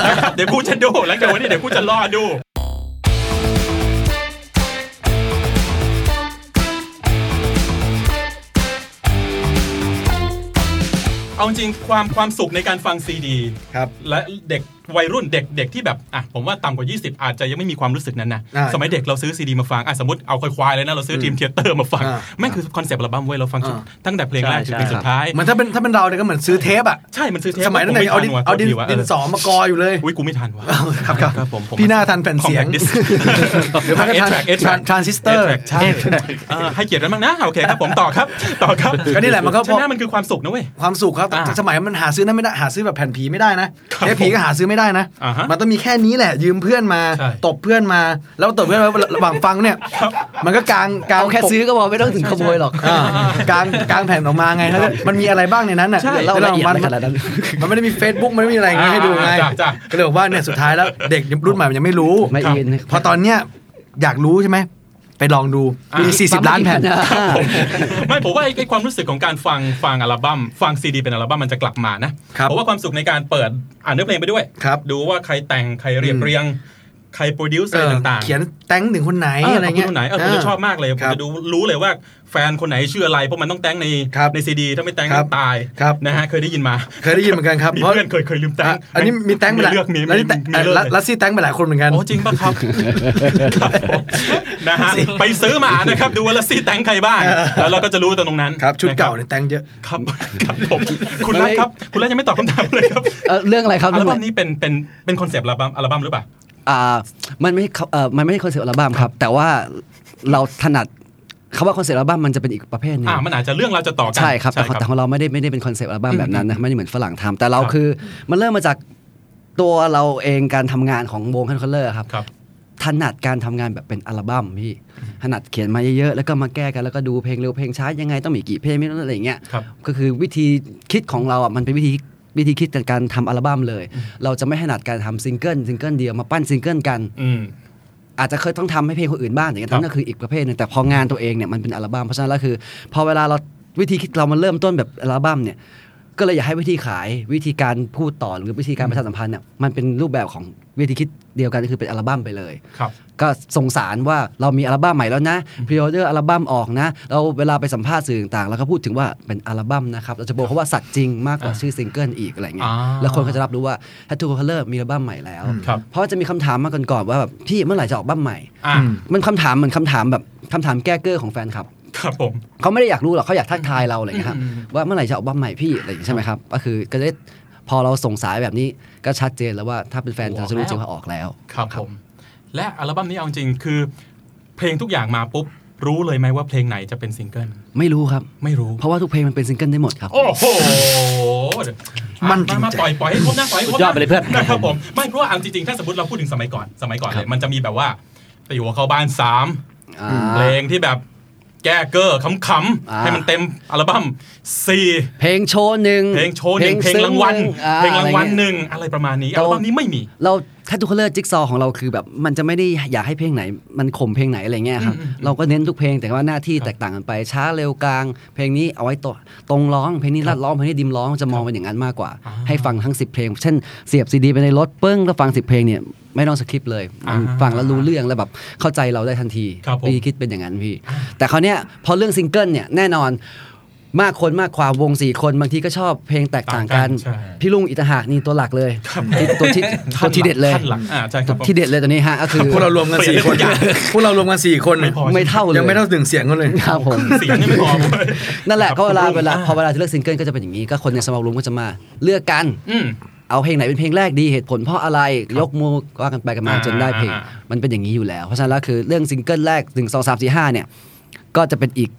นะครับเดี๋ยวกูจะดูแล้วเดี๋ยววันนี้เดี๋ยวกูจะรอดู เอาจริงความความสุขในการฟังซีดี
ครับ
และเด็กวัยรุ่นเด็กเด็กที่แบบอ่ะผมว่าต่ำกว่า 20 อาจจะยังไม่มีความรู้สึกนั้นนะ
อ่า
สมัยเด็กเราซื้อซีดีมาฟังอ่ะสมมติเอาควายๆเลยนะเราซื้อทีมเทเตอร์มาฟัง
อ่า
แม่งคือคอนเซปต์อัลบั้มเว้ยเราฟังสุดตั้งแต่เพลงแรกถึงเพลงสุดท้าย
เหมือนถ้าเป็นถ้าเป็นเราเนี่ยก็เหมือนซื้อเทปอ่ะ
ใช่มันซื้อเทป
สมัยนั้นเนี่ยเอาดิน
ผมไม่ทันว่ะ
เอาดิน
โทษทีว่ะ
ดิน
เออ
สอมากออยู่เลย
อุ้ยกูไม่ทันว่ะ
ครับครับ
ครับผมผม
พี่หน้าทันแผ่นเสียง
คอมแพคดิส
เดี๋ยวพักกัน
เอทแท ร็ก
transistor ใช่
เออให้เกียรติกันบ้างนะโอเคครับผมต่อครับต่อครับ
ก็นี่แหละมันก็พอ
ใช่ไหมมันคือความสุขนะเว้ย
ความสุขครับแต่
อ่า
สมัยมันหาซื้อนั่นไม่ได้หาซื้อแบบแผ่นผีไม่ได้นะครับ เทปผีก็หาซื้อไม่ได้นะ
อ่าฮะ
มันต้องมีแค่นี้แหละ ยืมเพื่อนมา
ใช่
ตบเพื่อนมา แล้วตบเพื่อนมาระหว่างฟังเนี่ย มันก็กางกาง
เอาแค่ซื้อก็พอไม่ต้องถึงขโมยหรอก
อ่ากางกางแผ่นออกมาไงแล้วมันมีอะไรบ้างในนั้นน่ะ
ใช่
ดี๋ว
เล่าละเอียด
มั
อะไรขนาดนั้น
มันไม่ได้มี Facebook มันไม่มีอะไรอย่างงี้ให้ดูไง
อ่าจ้ะ
ก็เลยบอกว่าเนี่ยสุดท้ายแล้วเด็กรุ่นใหม่มันยังไม่รู้
ไม่อิน
พอตอนเนี้ยอยากรู้ใช่ไหมไปลองดูมี40 ล้านแผ่น
ไม่ผมว่าไอ้ไอ้ความรู้สึกของการฟังฟังอัลบั้มฟังซีดีเป็นอัลบั้มมันจะกลับมานะครับผมว่าความสุขในการเปิดอ่านเนื้อเพลงไปด้วย
ครับ
ดูว่าใครแต่งใครเรียบเรียง ใครโปรดิวซ์
เอ
อะไร
อ
ต่างๆ
เขียนแต้งถึงคนไหน
เ
อะไรเงี้ย
ขบคุณคนไหนเออผมจะชอบมากเลยผม
ครับ
จะดูรู้เลยว่าแฟนคนไหนชื่ออะไรเพราะมันต้องแต่งใน
ครับ
ในซีดีถ้าไม่แต่ง
ครับ
ตาย
ครับ
นะฮะเคยได้ยินมา
เคยได้ยินเหมือนกันครับ
มี
เพราะ
เพื่อนเคยเคยลืมแต่
อ่ะ
ง
อันนี้มีแต้งไปหลาย
เลือกมี
แล้วนี่แต่
มีมีเลือกเลย
รัสซี่แต้งไปหลายคนเหมือนกัน
โอ้จริงป่ะ ครับครับผมนะฮะไปซื้อมานะครับดูว่าละซี่แต่งใครบ้างแล้วเราก็จะรู้ตรงนั้น
ครับชุดเก่า
นะ
เนี่ยแต่งเยอะ
ครับ ครับผมคุณรัฐครับ คุณรัฐยังไม่ตอบคำถามเลยครับ
เอ่อเรื่องอะไรครับ
อัล
เรื่อง
บั้ม
อะไร
นี้เป็นเป็นเป็นคอนเซปต์อัลบั้มอัลบั้มหรือเปล่า
อ่ามันไม่ครับเอ่อมันไม่ใช่คอนเซปต์อัลบั้มครับ แต่ว่าเราถนัดคำว่าคอนเซปต์อัลบั้มมันจะเป็นอีกประเภทหนึง
อ่ามันอาจจะเรื่องเราจะต่อกัน
ใช่ครับแต่ของแต่ของเราไม่ได้ไม่ได้เป็นคอนเซปต์อัลบั้มแบบนั้นนะไม่ได้เหมือนฝรั่งทำแต่เราคือ มันเริ่มมาจากตัวเราเองการทำงานของวงคันคเลอร์ครับ
ครับ
ถนัดการทำงานแบบเป็นอัลบั้มพี่ถนัดเขียนมาเยอะๆแล้วก็มาแก้กันแล้วก็ดูเพลงเร็วเพลงช้ายังไงต้องมีกี่เพลงไม่ต้องอะไรอย่างเงี้ย
ครับ
ก็คือวิธีคิดของเราอ่ะมันเป็นวิธีวิธีคิดจากการทำอัลบั้มเลย เราจะไม่ถนัดการทำซิงเกิลซิงเกิลเดียวมาปั้นซิงเกิลกัน
อืม
อาจจะเคยต้องทำให้เพลงคนอื่นบ้างอย่างเงี้ย
ครับ
นั่นก็คืออีกประเภทหนึงแต่พองานตัวเองเนี่ยมันเป็นอัลบั้มเพราะฉะนั้นแล้วคือ พอเวลาเราวิธีคิดเรามันเริ่มต้นแบบอัลบั้มเนี่ยก็เลยอยากให้วิธีขายวิธีการพูดต่อหรือวิธีการประชาสัมพันธ์เนี่ยมันเป็นรูปแบบของวิธีคิดเดียวกันก็คือเป็นอัลบั้มไปเลย
ครับ
ก็สงสารว่าเรามีอัลบั้มใหม่แล้วนะพรีออเดอร์อัลบั้มออกนะ เราเวลาไปสัมภาษณ์สื่อต่างๆเราก็พูดถึงว่าเป็นอัลบั้มนะครับเราจะบอกเขาว่าสัตว์จริงมากกว่าชื่อซิงเกิลอีกอะไรเงี้ย
อ่า
แล้วคนก็จะรับรู้ว่า Tattoo Color มีอัลบั้มใหม่แล้ว
ครับ
เพราะว่าจะมีคำถามมาก่อนๆว่าแบบพี่เมื่อไหร่จะออกอัลบั้มใหม่
อ่า
มันคำถามเหมือนคำถามแบบคำถามแก้เกอร์ของแฟนคลับ
ครับผม
เขาไม่ได้อยากรู้หรอกเขาอยากทักทายเราอะไรอย่างเงี้ยครับว่าเมื่อไหร่จะออกอัลบั้มใหม่พี่อะไรอย่างเงี้ยใช่ไหมครับก็คือก็ได้พอเราส่งสายแบบนี้ก็ชัดเจนแล้วว่าถ้าเป็นแฟนจะรู้จริงว่าออกแล้ว
ครับผม และอัลบั้มนี้เอาจริงคือ เพลงทุกอย่างมาปุ๊บ รู้เลยไหมว่าเพลงไหนจะเป็นซิงเกิล
ไม่รู้ครับ
ไม่รู้
เพราะว่าทุกเพลงมันเป็นซิงเกิลได้หมดครับ
โอ้โห
มั่นจริง
มา
ใจ
ปล่อยปล่อยให้ครบนะปล่อยให้ครบ
สุดยอดไปเลยเพื่อน
นะครับผมไม่เพราะว่าเอาจริงๆถ้าสมมติเราพูดถึงสมัยก่อนสมัยก่อนเลยมันจะมีแบบว่าไปอยู่กับเขาบ้านสาม
อ่า
เพลงที่แบบแก้เกอร์ขำ
อ
ๆ
่า
ให้มันเต็มอัลบั้มสี่
เพลงโชว์หนึ่ง
เพลงโชว์หนึ่งเพลงรางวัล
ซึ้
เพลงรางวัล
อ่าอะ
ห
ไรเงี้ย
นึ่งอะไรประมาณนี้อั
เรา
ลบั้มนี้ไม่มี
เรา ถ้าทุกเลอร์จิ๊กซอของเราคือแบบมันจะไม่ได้อยากให้เพลงไหน มันข่มเพลงไหนอะไรเงี้ยครับเราก็เน้นทุกเพลงแต่ว่าหน้าที่แตกต่างกันไป ช้าเร็วกลาง เพลงนี้เอาไว้ตตรงร้องเพลงนี้รัดร้องเพลงนี้ดิมร้องจะมองเป็นอย่างนั้นมากกว่า ให้ฟังทั้ง 10 เพลง เช่นเสียบซีดีไปในรถเปิ้งแล้วฟัง 10 เพลงเนี่ยไม่ต้องสคริปต์เลยมันฟังแล้วรู้เรื่องแล้วแบบเข้าใจเราได้ทันที
ครับผม
พี่คิดเป็นอย่างนั้นพี่ แต่คราวเนี้ยพอเรื่องซิงเกิลเนี่ยแน่นอน มากคนมากความวงสี่คนบางทีก็ชอบเพลงแตกต่างกัน
ต่างกันใช่
พี่ลุงอิตาหากนี่ตัวหลักเลยตัวที่ตัวที่เด็ดเลย
ขั้นหลังอ่าใช่ครับผม
ที่เด็ดเลยตัวนี้ฮะก็คือ
พวกเรารวมกันสี่คนพวกเรารวมกันสี่คน
ไม่พอ
ไม่เท่าเลย
ยังไม่เท่าถึงเสียงกันเลย
ครับผม
เสียงนี่ไม่พอเว้ย
นั่นแหละก็เวลา
ครับ
เวลาพอเวลาจะเลือกซิงเกิลก็จะเป็นอย่างนี้ก็คนในสมาคมก็จะมาเลือกกัน
อืม
เอาเพลงไหนเป็นเพลงแรกดีเหตุผลเพราะอะไรยกมือว่ากันไปกันมา
อ่า
จนได้เพลง
อ่า
มันเป็นอย่างนี้อยู่แล้ว เพราะฉะนั้นแล้วคือเรื่องซิงเกิลแรก 1 2 3 4 5เนี่ยก็จะเป็นอีก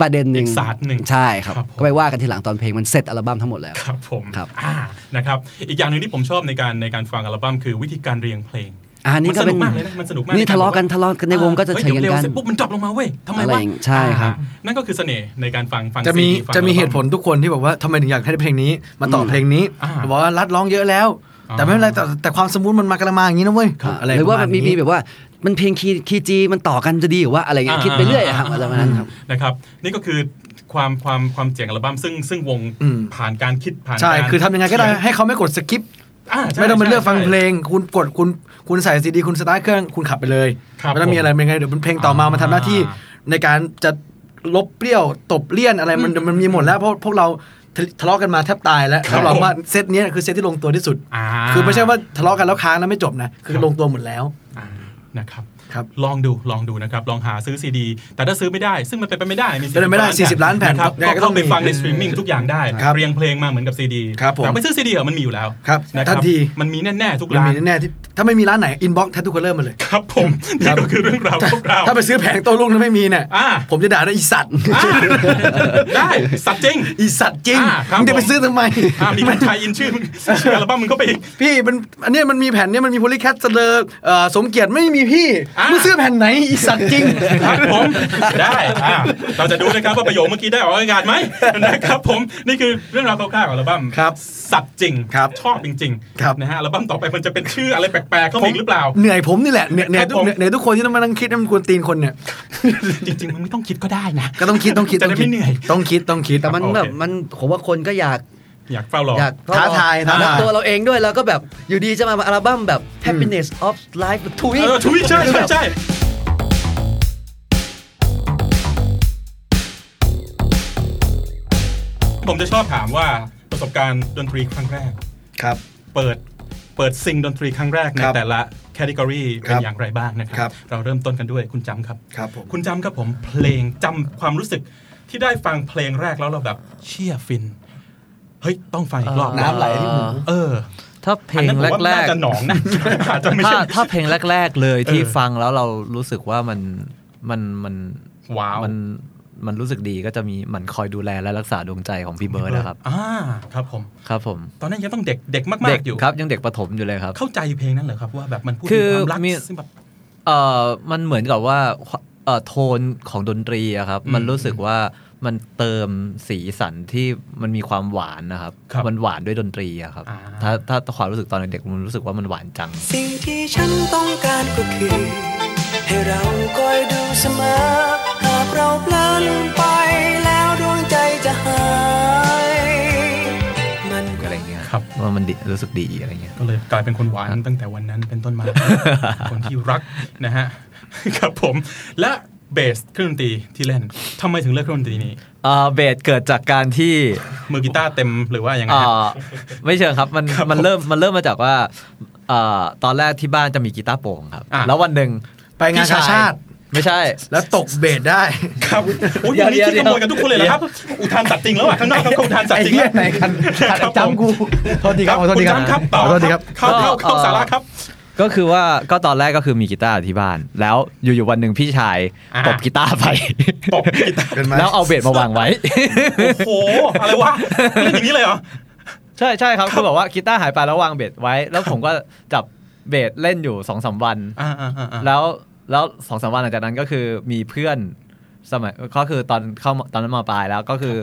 ประเด็นหนึ่ง
อีกศาสตร์หนึ่ง
ใช่ครับ
ครับผม
ก็ไปว่ากันทีหลังตอนเพลงมันเสร็จอัลบั้มทั้งหมดแล้ว
ครับผม
ครับ
อ่านะครับ อีกอย่างหนึ่งที่ผมชอบในการในการฟังอัลบั้มคือวิธีการเรียงเพลง
อ่านี่
มั
ก็
ส
เป็
นุ
น
กมากเลยนะมันสนุกมาก
นี่
ใการ
ทะเลาะกัน
แบบ
ทะเลาะกันในวงก็จะ
เฮ้ย
เถียง
ดี๋ว
กั
ร็วน เสร็จปุ๊บมันดรอปลงมาเว้ยทำไม
อะไร
วะ
อย่างใช่ครับ
อ่านั่นก็คือเสน่ห์ในการฟังฟัง
จะมี
ซีดีฟัง
จะมี
อัลบั้
เหตุผลทุกคนที่บอกว่าทำไมถึงอยากให้เพลงนี้ มาต่ออเพลงนี้
อ่า
บอกว่ารัดร้องเยอะแล้ว แต่ไม่เป็นไรแต่แต่ความสมูทมันมากระมาอย่างนี้นะเว้ยอะไร
หรือว่า
ปะ
มั
ณ
นมีมีแบบว่ามันเพลงคีย์คีย์จีมันต่อกันจะดีหรือว่าอะไรเงี้ย
อ่า
คิดไปเรื่อยอะครับอะไรประมาณนั้นครับ
นะครับนี่ก็คือความความความเจ๋งอัลบั้มซึ่งซึ่งวงผ่านการคิดผ่าน
ใช่
การ
คือทำยังไงก็ได้ให้เขาไม่กดสกิป
อ่าใช่
ไม่ต้องมา
ใช่
เลือกฟัง
ใช่
เพลง คุณกดคุณคุณใส่ซีดีคุณสตาร์ทเครื่องคุณขับไปเลย
ครับ
ไม่ต้องมีอะไรเป็นไงเดี๋ยวเพลงต่อมา
อ่ามั
มันทำหน้าที่ในการจะลบเปรี้ยวตบเลี่ยนอะไรมันมันมีหมดแล้วเพราะพวกเราทะทะเลาะกันมาแทบตายแล้ว
ครับ
รับรองว่าเซตเนี้ยคือเซตที่ลงตัวที่สุด
อ่า
คือไม่ใช่ว่าทะเลาะกันแล้วค้างแล้วไม่จบนะคือ
ครับ
ลงตัวหมดแล้ว
อ่านะครับ
ครับ
ลองดูลองดูนะครับ ลองหาซื้อซีดี แต่ถ้าซื้อไม่ได้ ซึ่งมันเป็นไปไม่ได้มี
เป็นไปไม่ได้40ล้านแผ่น
นะครับ
ยังไง
ก็
ก็ต้
เข้า
อง
ไป
มี
ฟังในสตรีมมิ่งทุกอย่างได้
ครับ
เรียงเพลงมาเหมือนกับซีดี
ครับผม
แต่ไม่ซื้อซีดีเหรอมันมีอยู่แล้ว
ครับ
ะ
ทันที
มันมีแน่ ๆ ทุก
มัน
ร้าน
มีแน่ๆที่ถ้าไม่มีร้านไหนอินบ็อกซ์แททูคอลเลอร์มาเลย
ครับผมนี่ก็คือเรื่องราวของเรา
ถ้าไปซื้อแผงโต้รุ่งแล้วไม่มีเนี่ย
อ่า
ผมจะด่าด้วยอีสัตว์
อ่ะได้สัตว์จริง
อีสัตว์จริง
อ่าครับ
มึงจะ
ผม
ไปซื้อทำไม
อ่ะมีคนทายอิน ชื่อมึงชื่ออัลบั้มมึงเข้าไปอีก
พี่มันอันเนี้ยมันมีแผ่นเนี้ยมันมีโพลิแคทเสลอเอ่อสมเกียรติไม่มีพี่
อ่ามึ
มึงซื้อแผ่นไหนอีสัตว์จริง
ครับผม ได้อ่ะเราจะดูนะครับว่าประโยคเมื่อกี้ได้ออกอากาศไหมนะครับผมนี่คือเรื่องราวคร่าวๆของอัลบั้ม
ครับ
สับจริง
ครับ
ชอบจริง
ครับ
นะฮะอัลบั้มต่อไปมันจะเป็นชื่ออะไรแปลกๆเข้ามาอีกหรือเปล่า
เหนื่อยผมนี่แหละเหนื่อยเหนื่อ
ค
ย
รับ
ทุ
ผ
ก
ม
เหนื่อยทุกคนที่ต้องมานั่งคิดให้มันควรตีนคนเนี่ย
จริง ๆ มันไม่ต้องคิดก็ได้นะ
ก็ต้องคิดต้องคิด
จะได้ไม่เหนื่อย
ต้องคิดต้องคิด
แต่มัน
โอเค
แบบมันผมว่าคนก็อยาก
อยากเฝ้ารอ
อ
อ
ยาก
ท้าทายท้าทาย
แล้วตัวเราเองด้วยแล้วก็แบบอยู่ดีจะมาอัลบั้มแบบ happiness of life ทุย
เออทุยใช่ใช่ใช่ผมจะชอบถามว่าประสบการณ์ดนตรีครั้งแรก
ครับ
เปิดเปิดซิงดนตรีครั้งแรกใน
ครับ
แต่ละแคตตากรี
ครั
เป็น
บ
อย่างไรบ้างนะค
ครั
รับ
บ
เราเริ่มต้นกันด้วยคุณจำครับ
ครับผม
คุณจำครับผมเพลงจำความรู้สึกที่ได้ฟังเพลงแรกแล้วเราแบบเชี่ยฟิน เฮ้ย ต้องฟังอีกรอบ
น้ำไหลที่หู
เออ
ถ้าเพล
อัน
ง
นั้นผมว่า
แร
น่ากจะหนอง นะอาจจะไม่
ๆถ้า
ใช่
ถ้าเพลงแรก ๆ เลยที่
เออ
ฟังแล้วเรารู้สึกว่ามันมันมัน
ว้าว
มันมันรู้สึกดีก็จะมีหมันคอยดูแลและรักษาดวงใจของพี่เบิร์ดนะครับ
อ่าครับผม
ครับผม
ตอนนั้นยังต้องเด็กเด็กมาก
เด็ก
ๆอยู่
ครับยังเด็กประถมอยู่เลยครับ
เข้าใจเพลงนั้นเหรอครับว่าแบบมันพูด
คื
ถึง
อ
ความรัก
มี
ซึ่งแบบ
เอ่อมันเหมือนกับว่าเอ่อโทนของดนตรีอะครับ
อืม
มันรู้สึกว่ามันเติมสีสันที่มันมีความหวานนะครับ
ครับ
มันหวานด้วยดนตรีอะครับ
อ่า
ถ้าถ้าความรู้สึกตอนเด็กๆมันรู้สึกว่ามันหวานจัง
สิ่งที่ฉันต้องการก็คือ ให้เราคอยดูเสมอ หากเราเพลินไปแล้วดวงใจจะหาย มันก็
อะไรเงี้ย
ครับ
ว่ามันดีรู้สึกดีอะไรเงี้ย
ก็เลยกลายเป็นคนหวานตั้งแต่วันนั้นเป็นต้นมา คนที่รักนะฮะ ครับผมและเบสเครื่องดนตรีที่เล่นทำไมถึงเลือกเครื่องดนตรีนี้
เอ่อเบสเกิดจากการที่
มือกีตาร์เต็มหรือว่ายังไง
เอ่
ฮะ
อไม่เชิงครับมัน
ครับ
มันเริ่มมันเริ่มมาจากว่าเอ่อตอนแรกที่บ้านจะมีกีตาร์โปร่งครับ
อ่ะ
แล้ววันหนึ่ง
ไปงาน
พี่
กาชาติ
ไม่ใช่
แล้วตกเบสได้
ครับโอ้ย
เดี๋ยว
วันนี้คิด
เดี๋
ข
ยว
โมยกันทุกคนเลยนะครับ อุทานตัดจริงแล้วอ่ะข้าง นอกเขาอุทานตัด
ไอ้
จริง
เหี้
แล้
ยวไหนกัน
ครับผม
จำกูโทษทีครับ
ครับ
โทษ
คุ
ที
ณ
ครับ
จำครับต่อ
ขอโทษทีครับ
เข้าเข้าเข้าสาระครับ
ก็คือว่าก็ตอนแรกก็คือมีกีตาร์อยู่ที่บ้าน แล้วอยู่ๆวันหนึ่งพี่ชาย
อ่า
ตบกีตาร์ไป
ตบกีตาร์
เป็นไหม
แล้วเอาเบสมาวางไว้
โอ้โหอะไรวะเล่นอย่างนี้เลยเหรอ
ใช่ใช่ครับคือแบบว่ากีตาร์หายไปแล้ววางเบสไว้ แล้วผมก็จับเบสเล่นอยู่สองสามวัน
อ่าอ่าอ่าอ่า
แล้วแล้วสองสามวันหลังจากนั้นก็คือมีเพื่อนสมัยก็คือตอนเข้าตอนนั้นมาปลายแล้วก็คือ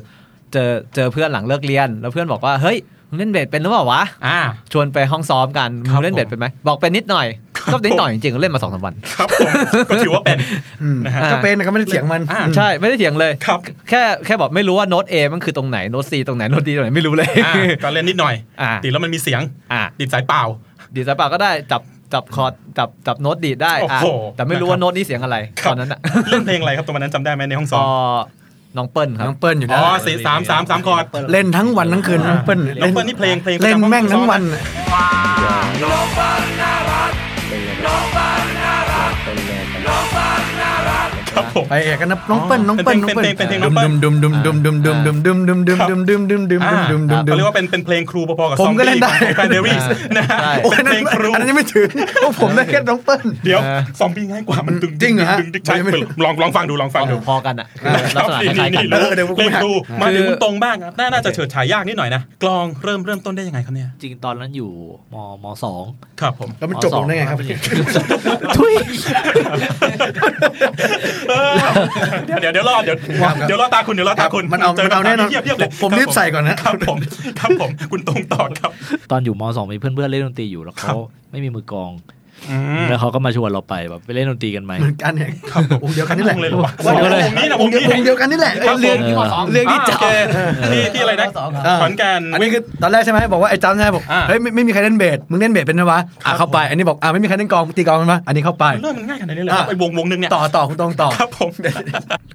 เจอเจอเพื่อนหลังเลิกเรียน แล้วเพื่อนบอกว่าเฮ้ย
มึงเล่นเบสเป็นหรือเปล่าวะ
อ่า
ชวนไปห้องซ้อมกัน
ครับ
มึงเล่นเบสเป็นไหม บอกเป็นนิดหน่อย
ครับ
ก็นิดหน่อย
ผ
จ
ม
ริงๆ เล่นมาสองสามวัน
ครับผมก็ถือว่าเป็นนะฮะ
ก็เป็นแต่ก็ไม่ได้เถียงมัน
อ่า
ใช่ไม่ได้เถียงเลย
ครับ
แค่แค่บอกไม่รู้ว่าโน้ต A มันคือตรงไหน โน้ต C ตรงไหน โน้ต D ตรงไหนไม่รู้เลย
อ่าก็เล่นนิดหน่อย
อ่า
ติดแล้วมันมีเสียง
อ่ะ
ติดสายเปล่า
ดีดสายเปล่าก็ได้จับจับคอร์ดจับจับโน้ตดีดได้อ่ะ
โอ้โห
แต่ไม่รู้
นะครับ
ว่าโน้ตนี้เสียงอะไร
ครับ
ตอนนั้นอ่ะ
เล่นเพลงอะไรครับตอนนั้นจำได้ไหมในห้องซ้อ
ก็
ม
น้องเปิ้ลครับ
น้องเปิ้ลอยู่
อ๋
นะ
อสี่สามสามสามคอร์ด
เล่นทั้งวันทั้งคืนน้องเปิ้ล
น้องเปิ้ลนี่เพลงเพลงประจำ
เล่น
ห้อ
แม่งทั้งวัน
ซ้อม
อะ
ครับผม
ไปเอกกันนะน้องเปิ้ลน้องเปิ้ลน้องเปิ้ล
เป็นเพลงเป็นเพลง
ดุมดุมดุมดุมดุมดุมดุมดุมดุมดุมดุมดุมดุม
อ่า
ดุมดุมดุม
เขา
ดุม
เรียกว่าเป็นเป็นเพลงครูพอๆกับ
ผม
ซอม
ก็เล่
บี้
นได้
ของแฟนเดรีสนะฮะ
ใช่
โอ้ย
เป็น
อันนั้
เพลงค
น
รู
อันนั้นยังไม่ถึงเพราะผมได้แค่น้องเปิ้ล
เดี๋ยวซอมบี้ง่ายกว่ามันดึง
จริงเหรอฮะ
ดึดึงใช่
ผมยังไม่
ลองลองฟังดูลองฟังดู
พอกันอ่ะคือ
ค
ลัก
รับ
ษณะค
นี่
ล้ายๆกั
นี่
น
เล่
เออเดี๋ยวผม
นครู
หัก
มาถึงคุณตรงบ้างครับน่าน่าจะเฉิดฉายยากนิดหน่อยนะกลองเริ่มเริ่มต้นได้ยังไงครับเนี่ย
จริงตอนนั้นอยู่มมสอง
ครับผม
แล้วมันจบลงได้ไงครับ
มสอ
ทุย
เดี๋ยวเดี๋ยวเดี๋ยวรอเดี๋ยวเดี๋ยวรอตาคุณเดี๋ยวรอตาคุณ
มันเอา
จ
มันเอาแน่นอน
เทียบเทียบเลย
ผมรีบใส่ก่อนนะ
ครับผมครับผมคุณตรงต่อครับ
ตอนอยู่มสองมีเพื่อนๆเล่นดนตรีอยู่แล้ว
ครั
เขา
บ
ไม่มีมือกลอง
อืม
แล้วเขาก็มาชวนเราไปแบบไปเล่นดนตรีกันไหม
เหมือนกันเนี่ยครับผมองค์เดียวกันนี่แหละ
เลยเหรอวะ
สองเลย
วงนี้นะว
อง
ง
ค์เดียว
นี้
องค์เดียวกันนี่แหละเอ้ย
ครับผม
เรื่อง
ที่มสอง
เรื่องที่จะ
อ่าโอเคที่ที่อะไรนะขอนแก่น
อันนี้คือตอนแรกใช่ไหมบอกว่าไอ้จำใช่ไหมบอก
อ่า
เฮ้ยไม่ไม่มีใครเล่นเบสมึงเล่นเบสเป็นไหมวะอ่ะเข้าไป อันนี้บอกอ่ะไม่มีใครเล่นกลองมึงตีกลองเป็นไหมอันนี้เข้าไป
เริ่มมันง่ายขนาดนี้เลย
อ่ะ
ไอ้วงวงหนึ่งเนี่ย
ต่อต่อคุณตรงต่อ
ครับผม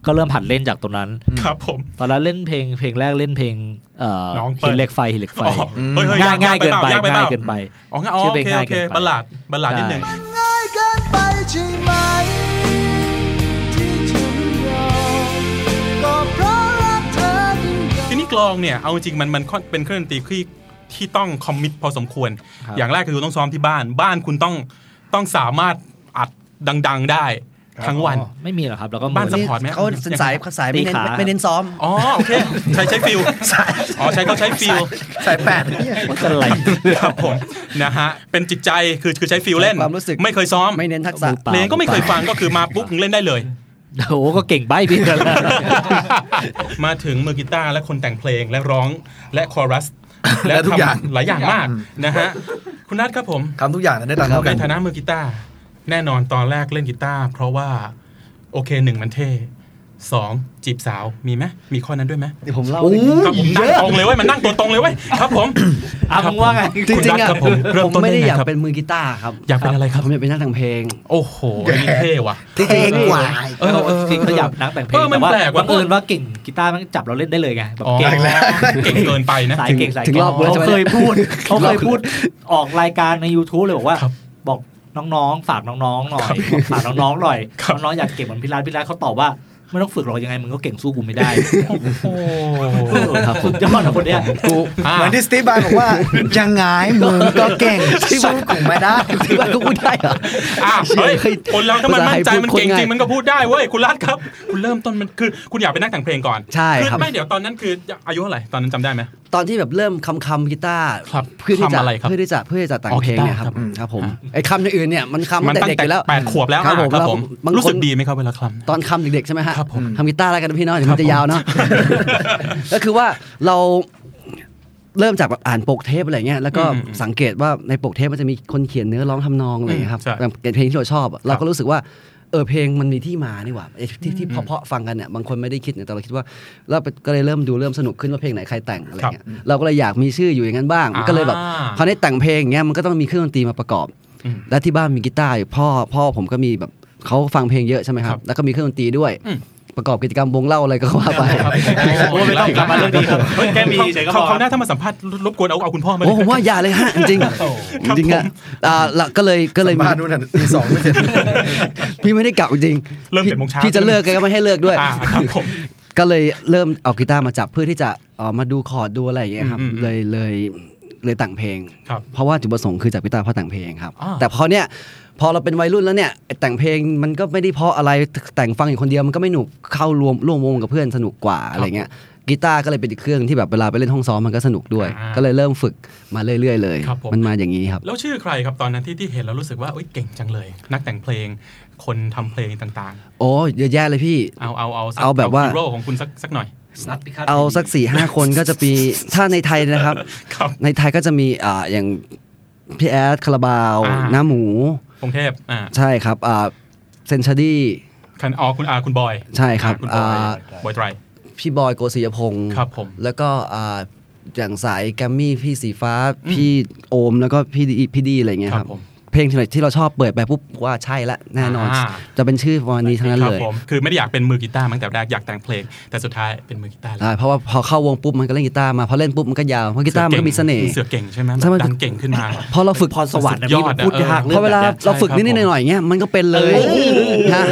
ก็เริ่มหัดเล่นจากตรงนั้น
ครับผม
ตอนนั้นเล่นเพลงเพลงแรกเล่นเพลงเอ่อ
น้องเปิด
หินเหล็กไฟหินเหล็กไฟ
อ๋อเฮ้เฮ้
ง่ายง่ายเกินไป
ยากไป
ง่าย
เกิ
เกิ
น
น
ไป
ไป
อ๋อง่ายอ๋อ
ชื่
โอ
อเพลง
เค
ง่าย
โอเค
เกินไป
บัลลาดบัลลาดนิดหนึ่ง
ง่ายเกินไปใช่ไหม ที่จะยอมก็เพราะรักเธอยิ่งใหญ่
ทีนี้กลองเนี่ยเอาจริงๆมันมันค่อนเป็นเครื่องดนตรีที่ที่ต้องคอมมิตพอสมควร
ครับ
อย่างแรกคือคุณต้องซ้อมที่บ้าน บ้านคุณต้องต้องสามารถอัดดัง ๆได้ทั้งวัน
อ๋อไม่มีหรอกครับแล้วก็
บ้าน
มือ
สปอร์ตไหม
เขาสายสายไม่เน้น
ตีขา
ไม่เน้นซ้อม
อ๋อโอเค ใช้ใช้ฟิลอ๋อใช้เขาใช้ฟิล
สายแปด
ว่าจะไหล
ครับผมนะฮะเป็นจิตใจคือคือใช้ฟิลเล่น
ความรู้สึก
ไม่เคยซ้อม
ไม่เน้นทักษะ
ปา
เพลงก็ไม่เคยฟังก็คือมาปุ๊บมึงเล่นได้เลย
โอ้โหก็เก่งใบ้ พี่กันแล้ว
มาถึงมือกีตาร์และคนแต่งเพลงและร้องและคอรัส
และทุกอย่าง
หลายอย่างมากนะฮะคุณนัทครับผม
ทำทุกอย่างแต่ได้ตังค์
เรา
เท่ากั
ใน
น
ฐานะมือกีตาร์แน่นอนตอนแรกเล่นกีตาร์เพราะว่า โอเคหนึ่งมันเท่สองจีบสาวมีไหมมีข้อนั้นด้วยไหม
เดี๋ยวผมเล่า
ครับผมนั่งตรงเลยเว้ยมันนั่งตัวตรงเลยเว้ยครับผม
อ่ะมึงว่าไง
จ
คุณ
ริง
นัท
ๆ
ค
อ่ะ
รับผมเริ่ม
ผม
ต้น
ไม่ได้
ง
อง ยาก
ครับ
เป็นมือกีตาร์ครับ
อยากเป็นอะไรครับ
ผมอยากเป็นนักแต่งเพลง
โอ้โหอันนี้เท่ว่ะ
จริงๆ
เออเออจริงๆก็อยากนักแต่งเพลง
เออมัน
แต่ว่า
แปลกว่ะ
บังเอิญว่าเก่งกีตาร์มันจับเราเล่นได้เลยไงแบบ
อ๋อ
เก่ง
เก่งเกินไปนะ
สายเก่งสาย
ถึ
เก่
งรอบเวิร์ด
เขา
ใช่ไหม
เคยพูดเขาเคย
ถึงรอบ
พูดออกรายการใน YouTube เลยบอกว่า
ครับ
บอกน้องๆ ฝากน้องๆหน่อยบอกฝากน้องๆหน่อย
ครับ
น้องๆอยากเก่งเหมือนพี่รัตพี่รัตเขาตอบว่าไม่ต้องฝึกหรอกยังไงมึงก็เก่งสู้กูไม่ได้
โอ้
สุดยอดนะคนเนี้ย
เหมือนที่สตีฟบานบอกว่ายังไงมึงก็เก่งที่มึงกูไม่ได้
ที่ว่าก็พูดได้เหรอ
อ่ะเฮ้ยคนเราถ้ามันมั่นใจ
ภาษาไทย
มันเก่ง
พู
จ
ดง่าย
ริงมันก็พูดได้เว้ยคุณรัตครับ คุณเริ่มต้นมันคือคุณอยากเป็นนักแต่งเพลงก่อน
ใช่ครับ
อไม่เดี๋ยวตอนนั้นคืออายุเท่าไหร่ตอนนั้นจำได้ไหม
ตอนที่แบบเริ่มคำคำกีตาร์
ครับ
เพื่อที่จะ
คำอะไรครับ
เพื่อที่จะเพื่อที่จะแต่ง
อ๋อ
เพลงเนี่ย
กีตาร์
ครับ
ครับ
ครับผมไอ้คำอย่างอื่นเนี่ยมันคำ
มันตั้ง
ตั้งแต่เด็ก
แต่
อยู่แล้ว
แปดขวบแล้ว
ครับผม
อ่ะ
แล้วผมบาง
รู้
ค
สึ
น
กดีไหมครับเวลาคลำ
ตอนคำเด็กๆใช่ไหมฮะ
ครับผม
ทำกีตาร์อะไรกันนะพี่เนาะเดี๋ยวมันจะ
ครับผม
ยาวเนาะ ก็คือว่าเราเริ่มจากแบบอ่านปกเทปอะไรเงี้ยแล้วก็
อืมอืม
สังเกตว่าในปกเทปมันจะมีคนเขียนเนื้อร้องทำนองอะไรเงี้ยครับ
อืมใช่
แบบเพลงที่เราชอบอะเราก็รู้สึกว่าเออเพลงมันมีที่มานี่หว่าไอ้ที่ที่เพาะๆฟังกันเนี่ยบางคนไม่ได้คิดเนี่ยแต่เราคิดว่าเราไปก็เลยเริ่มดูเริ่มสนุกขึ้นว่าเพลงไหนใครแต่งอะไรเงี้ยเราก็เลยอยากมีชื่ออยู่อย่างนั้นบ้างมันก็เลยแบบ
อ่า
พอได้แต่งเพลงอย่างเงี้ยมันก็ต้องมีเครื่องดนตรีมาประกอบ
อืม
และที่บ้านมีกีตาร์อยู่พ่อพ่อผมก็มีแบบเขาฟังเพลงเยอะใช่ไหมค
ครั
รับบ แล้วก็มีเครื่องดนตรีด้วย
อืม
ประกอบกิจกรรมวงเล่าอะไรก็ว่าไป
โอ้ไม่ต้องกลับมาเรื่องนี้ครับเฮ้ยแค่มีเฉยก็พอ
เขาหน้าถ้ามาสัมภาษณ์รบกวนเอาเอาคุณพ่อมาเลย
โอ้ผมว่าอย่าเลยฮะ จริง
ครับ
จริงอะ
ผม
อ่าละก็เลยก็เลย
บ้านนู้นน่ะตีสองไม่เสร็จ
พี่ไม่ได้กลับจริง
เริ่มเจ็ดโมงเช้า
พี่จะเลิกแกก็ไม่ให้เลิกด้วย
อ่าครับผม
ก็เลยเริ่มเอากีตาร์มาจับเพื่อที่จะเอามาดูคอร์ดดูอะไรอย่างเงี้ยครับ
อืมอืม
เลยเลยเลยแต่งเพลง
ครับ
เพราะว่าจุดประสงค์คือจับกีตาร์เพราะแต่งเพลงครับ
อ่า
แต่พอเนี้ยพอเราเป็นวัยรุ่นแล้วเนี่ยไอ้แต่งเพลงมันก็ไม่ได้เพราะอะไรแต่งฟังอยู่คนเดียวมันก็ไม่หนุกเข้ารวมร่วมวงกับเพื่อนสนุกกว่าอะไรเงี้ยกีตาร์ก็เลยเป็นอีกเครื่องที่แบบเวลาไปเล่นห้องซ้อมมันก็สนุกด้วย
อ่า
ก็เลยเริ่มฝึกมาเรื่อย ๆ เลย
ครับผม
มันมาอย่างนี้ครับ
แล้วชื่อใครครับตอนนั้นที่ที่เห็นแล้วรู้สึกว่าเอ้ยเก่งจังเลย นักแต่งเพลง คนทำเพลงต่าง
โอ้เยอะแยะเลยพี่
ๆ เอาเอาเอาสัก
เอาแบบว่า
ฮีโร่ของคุณสักสักหน่อย
นัดพิฆาต
เอาสักสี่ห้าคนก็จะมี ถ้าในไทยนะครับ
ครับ
ในไทยก็จะมีอ่าอย่างพี่แอดคาราบาว
อ่า
น้าหมู
กรุงเทพอ่า
ใช่ครับอ่าเซนชาดี้
คันออคุณอาคุณบอย
ใช่ครับ
คุณบอ
อ่าย
บอยไตร
พี่บอยโกศิยพงศ์
ครับผม
แล้วก็อ่าอย่างสายแกรมมี่พี่สีฟ้า พี่โอมแล้วก็พี่ดีพี่ดีอะไรเงี้ย
ค
ค
รั
รั
บบ ผม
เพลงที่ไหนที่เราชอบเปิดไปปุ๊บว่าใช่ละแน่นอน
อ่า
จะเป็นชื่อประมาณนี้ทั้งนั้น
ครับ
เลย
ผมคือไม่ได้อยากเป็นมือกีตาร์มาตั้งแต่แรกอยากแต่งเพลง แต่สุดท้ายเป็นมือกีตาร์แล้ว
ใช่เพราะว่าพอเข้าวงปุ๊บมันก็เล่นกีตาร์มาพอเล่นปุ๊บมันก็ยาวเพราะกีตาร์มันก็มีเสน่ห์
เสือเก่งใช่ไหม
ใช่มัน
ดันเก่งขึ้นมา
พอเราฝึก
พรสวรรค์นะ
ย
พี่
อ
มั
ด
น
นะ
พูด
เออ
ยากเรื่
เพราะ
อง
เวลา
แบบนี้ย
เราฝึก
ใช่ครับ
นิดๆหน่อยๆเงี้ยมันก็เป็นเลยฮะ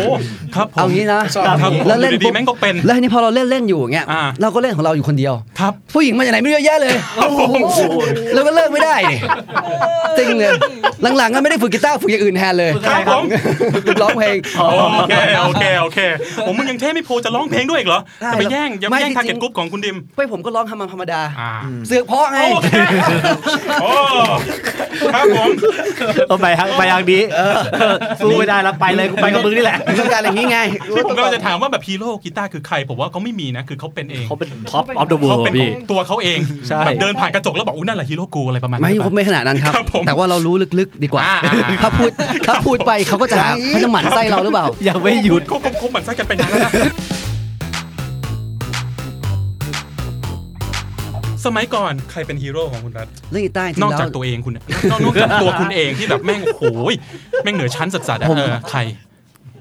ครับผม
เอางี้นะ
ผม
แล้วเล่น
อยู่ดีๆแม่งก็เป็น
แล้วทีนี้พอเราเล่นเล่นๆอยู่อย่างเงี้ย
อ่า
เราก็เล่นของเราอยู่คนเดียว
ครับ
ผู้หญิงมาจากไหนไม่รู้เยอะแยะเลยแล้วก็เลิกไม่ได้นี่จริงเลยหลังๆก็ไม่ได้ฝึกกีตาร์ฝึกอย่างอื่นแทนเลย
ครับผม
ฝึกร้องเพลง
โอเคโอเคโอเคผมมึงยังเท่ไม่พอจะร้องเพลงด้วยอีกเหรอ
ได้
จะไปแย่งจะไป
ไม่
แย่งทาร์
จริ
เก็ตกรุ๊
งๆ
ปของคุณดิม
ไปผมก็ร้องธรรมดาธรรมดา
อ่า
เสือกเพราะไง
โอเคโอ้ครับผม
เอาไปทางไปทางนี้สู้ไม่ได้แล้วไปเลยกูไปกับมึงนี่แหละ
ต้องการอย่างนี้ไง
ที่ผมกำลังจะถามว่าแบบฮีโร่กีตาร์คือใคร ผมว่าเขาไม่มีนะ คือเขาเป็นเอง
เขาเป็นท็อปออฟเดอะเวิล
เขา
ด์
เป็น
พี่
ตัวเขาเอง
ใช่
แบบเดินผ่านกระจกแล้วบอกอุ้ยนั่นแหละฮีโร่กูอะไรประมาณ
ไม่
นี้
ผม
ปะ
ไม่ขนาดนั้นครับ
ครับผม
แต่ว่าเรารู้ลึกๆดีกว่า
อ่าๆ
ถ้าพูดถ้าพูดไปเขาก็จะหาเขาจะหมั่นไส้เราหรือเปล่า
ยังไม่หยุด
เขาคงคงหมั่นไส้กันไปนานแล้วนะ สมัยก่อนใครเป็นฮีโร่ของคุณรัฐ
เรื่องกีตาร์จริงๆ
นอก
แล้ว
จากตัวเองคุณอะ นอกนอกจากตัวคุณเองที่แบบแม่งโอ้โหยแม่งเหนือชั้นสัสๆอะเออใคร